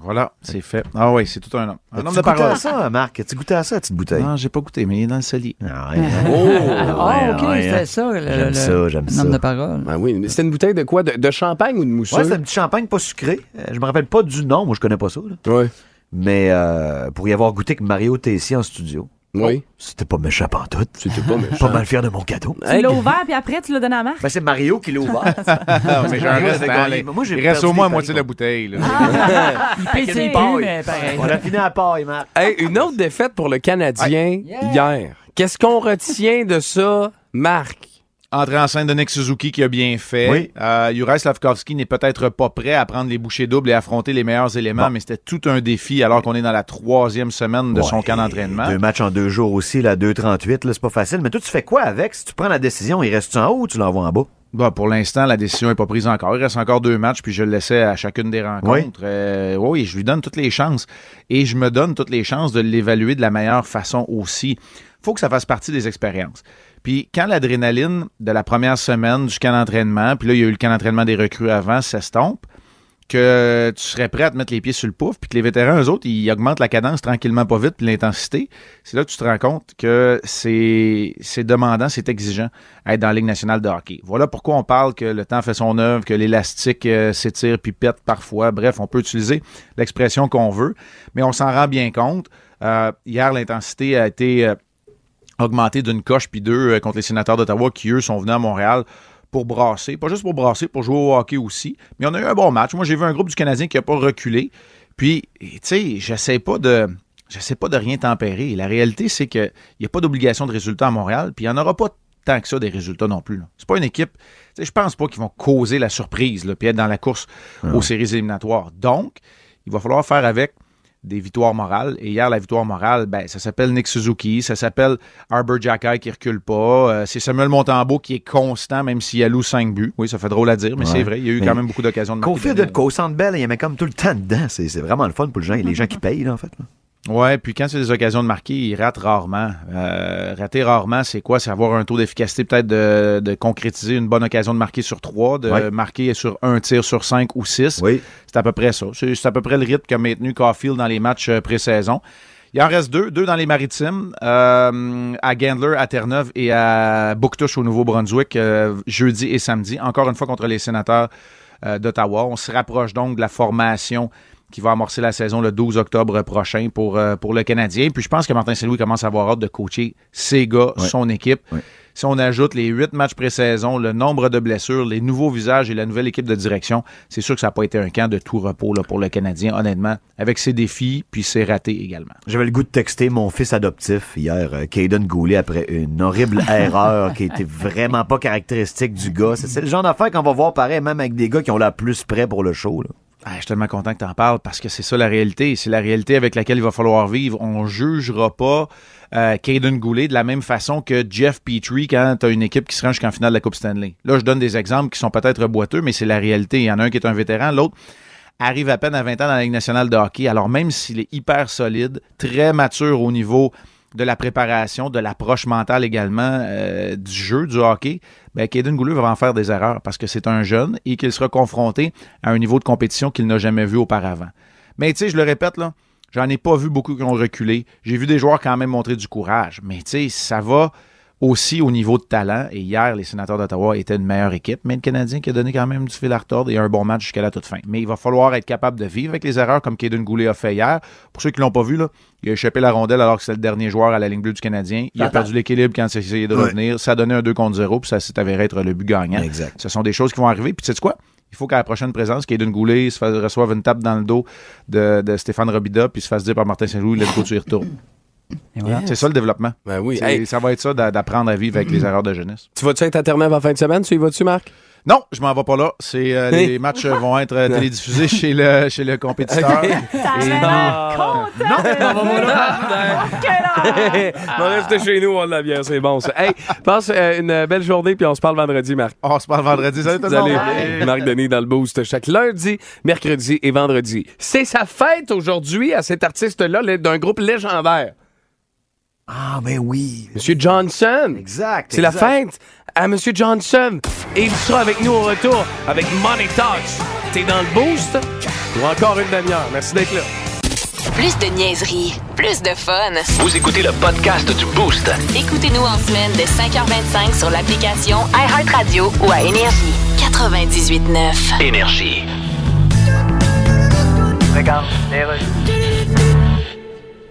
Speaker 16: Voilà, c'est fait. Ah oui, c'est tout un homme. Un
Speaker 6: As-tu
Speaker 16: homme de
Speaker 6: goûté à
Speaker 16: parole.
Speaker 6: ça, Marc? As-tu goûté à ça, la petite bouteille?
Speaker 16: Non, j'ai pas goûté, mais il est dans le salier.
Speaker 6: Oh!
Speaker 4: Ah, ok, c'était ça, le-
Speaker 6: hein. J'aime
Speaker 4: le-
Speaker 6: ça, j'aime ça.
Speaker 4: Homme de parole.
Speaker 3: Ben oui, mais c'était une bouteille de quoi? De, de champagne ou de mousseux?
Speaker 6: Ouais, c'est un petit champagne pas sucré. Euh, Je me rappelle pas du nom, moi je connais pas ça.
Speaker 3: Oui.
Speaker 6: Mais euh, pour y avoir goûté avec Mario Tessier en studio.
Speaker 3: Oui.
Speaker 6: C'était pas méchant pantoute.
Speaker 3: C'était pas méchant.
Speaker 6: Pas mal fier de mon cadeau.
Speaker 5: Tu l'as ouvert, puis après, tu l'as donné à Marc.
Speaker 6: Ben, c'est Mario qui l'a ouvert.
Speaker 16: Ah, mais j'ai un reste
Speaker 6: C'était
Speaker 16: dans
Speaker 6: gagné.
Speaker 16: les-
Speaker 6: Mais moi, j'ai
Speaker 16: il reste
Speaker 6: perdu
Speaker 16: au moins
Speaker 6: des
Speaker 16: moitié de la
Speaker 6: paris
Speaker 16: bouteille. là.
Speaker 6: contre.
Speaker 5: Ah,
Speaker 4: Il paye ses
Speaker 6: paille.
Speaker 4: buts, mais pareil.
Speaker 6: On a fini à paille, Marc.
Speaker 3: Hey, une autre défaite pour le Canadien hier. Qu'est-ce qu'on retient de ça, Marc?
Speaker 16: Entrée en scène de Nick Suzuki qui a bien fait.
Speaker 6: Oui.
Speaker 16: Euh, Juraj Slavkovski n'est peut-être pas prêt à prendre les bouchées doubles et affronter les meilleurs éléments,
Speaker 6: Bon.
Speaker 16: mais c'était tout un défi alors qu'on est dans la troisième semaine de son
Speaker 6: Ouais,
Speaker 16: camp d'entraînement.
Speaker 6: Deux matchs en deux jours aussi, là, 2,38, là, c'est pas facile. Mais toi, tu fais quoi avec? Si tu prends la décision, il reste en haut ou tu l'envoies en bas?
Speaker 16: Bah, pour l'instant, la décision n'est pas prise encore. Il reste encore deux matchs, puis je le laissais à chacune des
Speaker 6: Oui.
Speaker 16: rencontres. Euh, Oui, je lui donne toutes les chances. Et je me donne toutes les chances de l'évaluer de la meilleure façon aussi. faut que ça fasse partie des expériences. Puis quand l'adrénaline de la première semaine du camp d'entraînement, puis là, il y a eu le camp d'entraînement des recrues avant, s'estompe, que tu serais prêt à te mettre les pieds sur le pouf, puis que les vétérans, eux autres, ils augmentent la cadence tranquillement, pas vite, puis l'intensité, c'est là que tu te rends compte que c'est c'est demandant, c'est exigeant à être dans la Ligue nationale de hockey. Voilà pourquoi on parle que le temps fait son œuvre, que l'élastique euh, s'étire puis pète parfois. Bref, on peut utiliser l'expression qu'on veut, mais on s'en rend bien compte. Euh, hier, l'intensité a été... euh, augmenté d'une coche puis deux euh, contre les sénateurs d'Ottawa qui, eux, sont venus à Montréal pour brasser. Pas juste pour brasser, pour jouer au hockey aussi. Mais on a eu un bon match. Moi, j'ai vu un groupe du Canadien qui n'a pas reculé. Puis, tu sais, j'essaie pas de. J'essaie pas de rien tempérer. La réalité, c'est qu'il n'y a pas d'obligation de résultat à Montréal, puis il n'y en aura pas tant que ça des résultats non plus. là. C'est pas une équipe. tu sais, Je pense pas qu'ils vont causer la surprise, là, puis être dans la course aux séries éliminatoires. Donc, il va falloir faire avec des victoires morales. Et hier, la victoire morale, ben, ça s'appelle Nick Suzuki, ça s'appelle Arbor Jacky qui recule pas. euh, c'est Samuel Montembeau qui est constant, même s'il alloue 5 buts. Oui, ça fait drôle à dire, mais
Speaker 6: Ouais.
Speaker 16: c'est vrai. Il y a eu
Speaker 6: Mais
Speaker 16: quand même beaucoup d'occasions de marquer
Speaker 6: Confie
Speaker 16: des
Speaker 6: de
Speaker 16: buts.
Speaker 6: qu'au centre belle, il y en met comme tout le temps dedans. C'est c'est vraiment le fun pour les gens, les gens qui payent, là, en fait. là.
Speaker 16: Ouais, puis quand c'est des occasions de marquer, il rate rarement. Euh, rater rarement, c'est quoi? C'est avoir un taux d'efficacité peut-être de, de concrétiser une bonne occasion de marquer sur trois, de
Speaker 6: Ouais.
Speaker 16: marquer sur un tir sur cinq ou six.
Speaker 6: Oui.
Speaker 16: C'est à peu près ça. C'est c'est à peu près le rythme qu'a maintenu Caulfield dans les matchs euh, pré-saison. Il en reste deux, deux dans les maritimes, euh, à Gandler, à Terre-Neuve et à Bouctouche au Nouveau-Brunswick, euh, jeudi et samedi. Encore une fois contre les sénateurs euh, d'Ottawa. On se rapproche donc de la formation qui va amorcer la saison le 12 octobre prochain pour, euh, pour le Canadien. Puis je pense que Martin Saint-Louis commence à avoir hâte de coacher ses gars,
Speaker 6: Ouais.
Speaker 16: son équipe. Si on ajoute les huit matchs pré-saison, le nombre de blessures, les nouveaux visages et la nouvelle équipe de direction, c'est sûr que ça n'a pas été un camp de tout repos là, pour le Canadien, honnêtement, avec ses défis puis ses ratés également.
Speaker 6: J'avais le goût de texter mon fils adoptif hier, euh, Caden Goulet, après une horrible erreur qui était vraiment pas caractéristique du gars. C'est c'est le genre d'affaire qu'on va voir pareil, même avec des gars qui ont la plus près pour le show. là.
Speaker 16: Ah, je suis tellement content que tu en parles parce que c'est ça la réalité. C'est la réalité avec laquelle il va falloir vivre. On jugera pas euh, Caden Goulet de la même façon que Jeff Petrie quand tu as une équipe qui se rend jusqu'en finale de la Coupe Stanley. Là, je donne des exemples qui sont peut-être boiteux, mais c'est la réalité. Il y en a un qui est un vétéran, l'autre arrive à peine à 20 ans dans la Ligue nationale de hockey. Alors même s'il est hyper solide, très mature au niveau de la préparation, de l'approche mentale également euh, du jeu, du hockey, ben Kaden Goulet va en faire des erreurs parce que c'est un jeune et qu'il sera confronté à un niveau de compétition qu'il n'a jamais vu auparavant. Mais tu sais, je le répète, là, j'en ai pas vu beaucoup qui ont reculé. J'ai vu des joueurs quand même montrer du courage. Mais tu sais, ça va aussi au niveau de talent. Et hier, les sénateurs d'Ottawa étaient une meilleure équipe, mais le Canadien qui a donné quand même du fil à retordre et un bon match jusqu'à la toute fin. Mais il va falloir être capable de vivre avec les erreurs comme Kaden Goulet a fait hier. Pour ceux qui l'ont pas vu, là, il a échappé la rondelle alors que c'est le dernier joueur à la ligne bleue du Canadien. Il a
Speaker 6: Fatal.
Speaker 16: perdu l'équilibre quand il a essayé de
Speaker 6: Ouais.
Speaker 16: revenir. Ça a donné un 2 contre 0, puis ça s'est avéré être le but gagnant.
Speaker 6: Exact.
Speaker 16: Ce sont des choses qui vont arriver. Puis tu sais quoi? Il faut qu'à la prochaine présence, Kaden Goulet se fasse- reçoive une tape dans le dos de, de Stéphane Robida, puis se fasse dire par Martin Saint-Louis, let's go, tu y retournes.
Speaker 3: voilà.
Speaker 16: C'est ça le développement.
Speaker 3: Ben oui.
Speaker 16: C'est-
Speaker 3: Hey.
Speaker 16: Ça va être ça d'a- d'apprendre à vivre avec les erreurs de jeunesse.
Speaker 3: Tu vas-tu être à Terre-Neuve en fin de semaine? Tu y vas-tu, Marc?
Speaker 16: Non, je m'en vais pas là. C'est, euh, les matchs vont être euh, télédiffusés chez le, chez le compétiteur.
Speaker 3: Ok.
Speaker 16: Et-
Speaker 3: on reste chez nous, on a bien, c'est bon ça. Hey, passe euh, une belle journée puis on se parle vendredi, Marc.
Speaker 16: On se parle vendredi, salut tout le monde. Bye.
Speaker 3: Marc Denis dans le boost chaque lundi, mercredi et vendredi. C'est sa fête aujourd'hui à cet artiste-là là, d'un groupe légendaire.
Speaker 9: Ah, ben oui.
Speaker 3: Monsieur Johnson.
Speaker 9: Exact.
Speaker 3: C'est la
Speaker 9: exact.
Speaker 3: fête à Monsieur Johnson. Et il sera avec nous au retour avec Money Talks. T'es dans le boost pour encore une demi-heure. Merci d'être là.
Speaker 1: Plus de niaiserie, plus de fun.
Speaker 17: Vous écoutez le podcast du Boost.
Speaker 1: Écoutez-nous en semaine de 5h25 sur l'application iHeartRadio ou à Énergie. 98.9.
Speaker 17: Énergie.
Speaker 8: Regarde,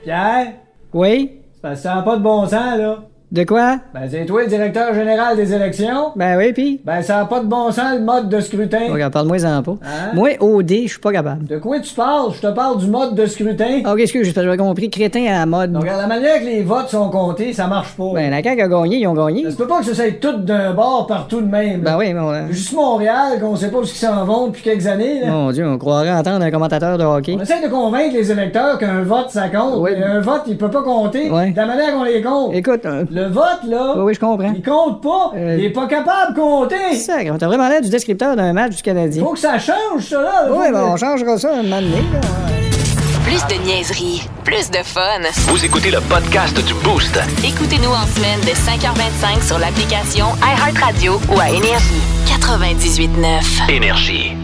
Speaker 5: Pierre? Oui?
Speaker 8: ben, Ça sent pas de bon sens, là.
Speaker 5: De quoi?
Speaker 8: Ben, c'est toi le directeur général des élections.
Speaker 5: Ben oui, puis?
Speaker 8: Ben, ça n'a pas de bon sens, le mode de scrutin.
Speaker 5: Regarde, parle-moi-en pas.
Speaker 8: Hein?
Speaker 5: Moi, OD, je suis pas capable.
Speaker 8: De quoi tu parles? Je te parle du mode de scrutin.
Speaker 5: Ok, excuse, j'ai pas compris. Crétin à la mode.
Speaker 8: Regarde, la manière que les votes sont comptés, ça marche pas.
Speaker 5: Ben, la CAQ a gagné, ils ont gagné.
Speaker 8: Ça peut pas que ça soit tout d'un bord partout de même.
Speaker 5: Ben oui, mais on-
Speaker 8: Juste Montréal, qu'on sait pas où ils s'en vont depuis quelques années. Là.
Speaker 5: Mon Dieu, on croirait entendre un commentateur de hockey.
Speaker 8: On essaie de convaincre les électeurs qu'un vote, ça compte. mais un vote, il peut pas compter de la manière qu'on les compte.
Speaker 5: Écoute, euh,
Speaker 8: le vote, là,
Speaker 5: Oui, oui, je comprends.
Speaker 8: il compte pas.
Speaker 5: Euh.
Speaker 8: Il est pas capable de compter.
Speaker 5: C'est ça, on t'a vraiment l'air du descripteur d'un match du Canadien.
Speaker 8: Faut que ça change, ça, là.
Speaker 5: Oui, ben on changera ça un moment donné, là.
Speaker 1: Plus de niaiserie, plus de fun.
Speaker 17: Vous écoutez le podcast du Boost.
Speaker 1: Écoutez-nous en semaine de 5h25 sur l'application iHeartRadio ou à Énergie. 98.9.
Speaker 17: Énergie.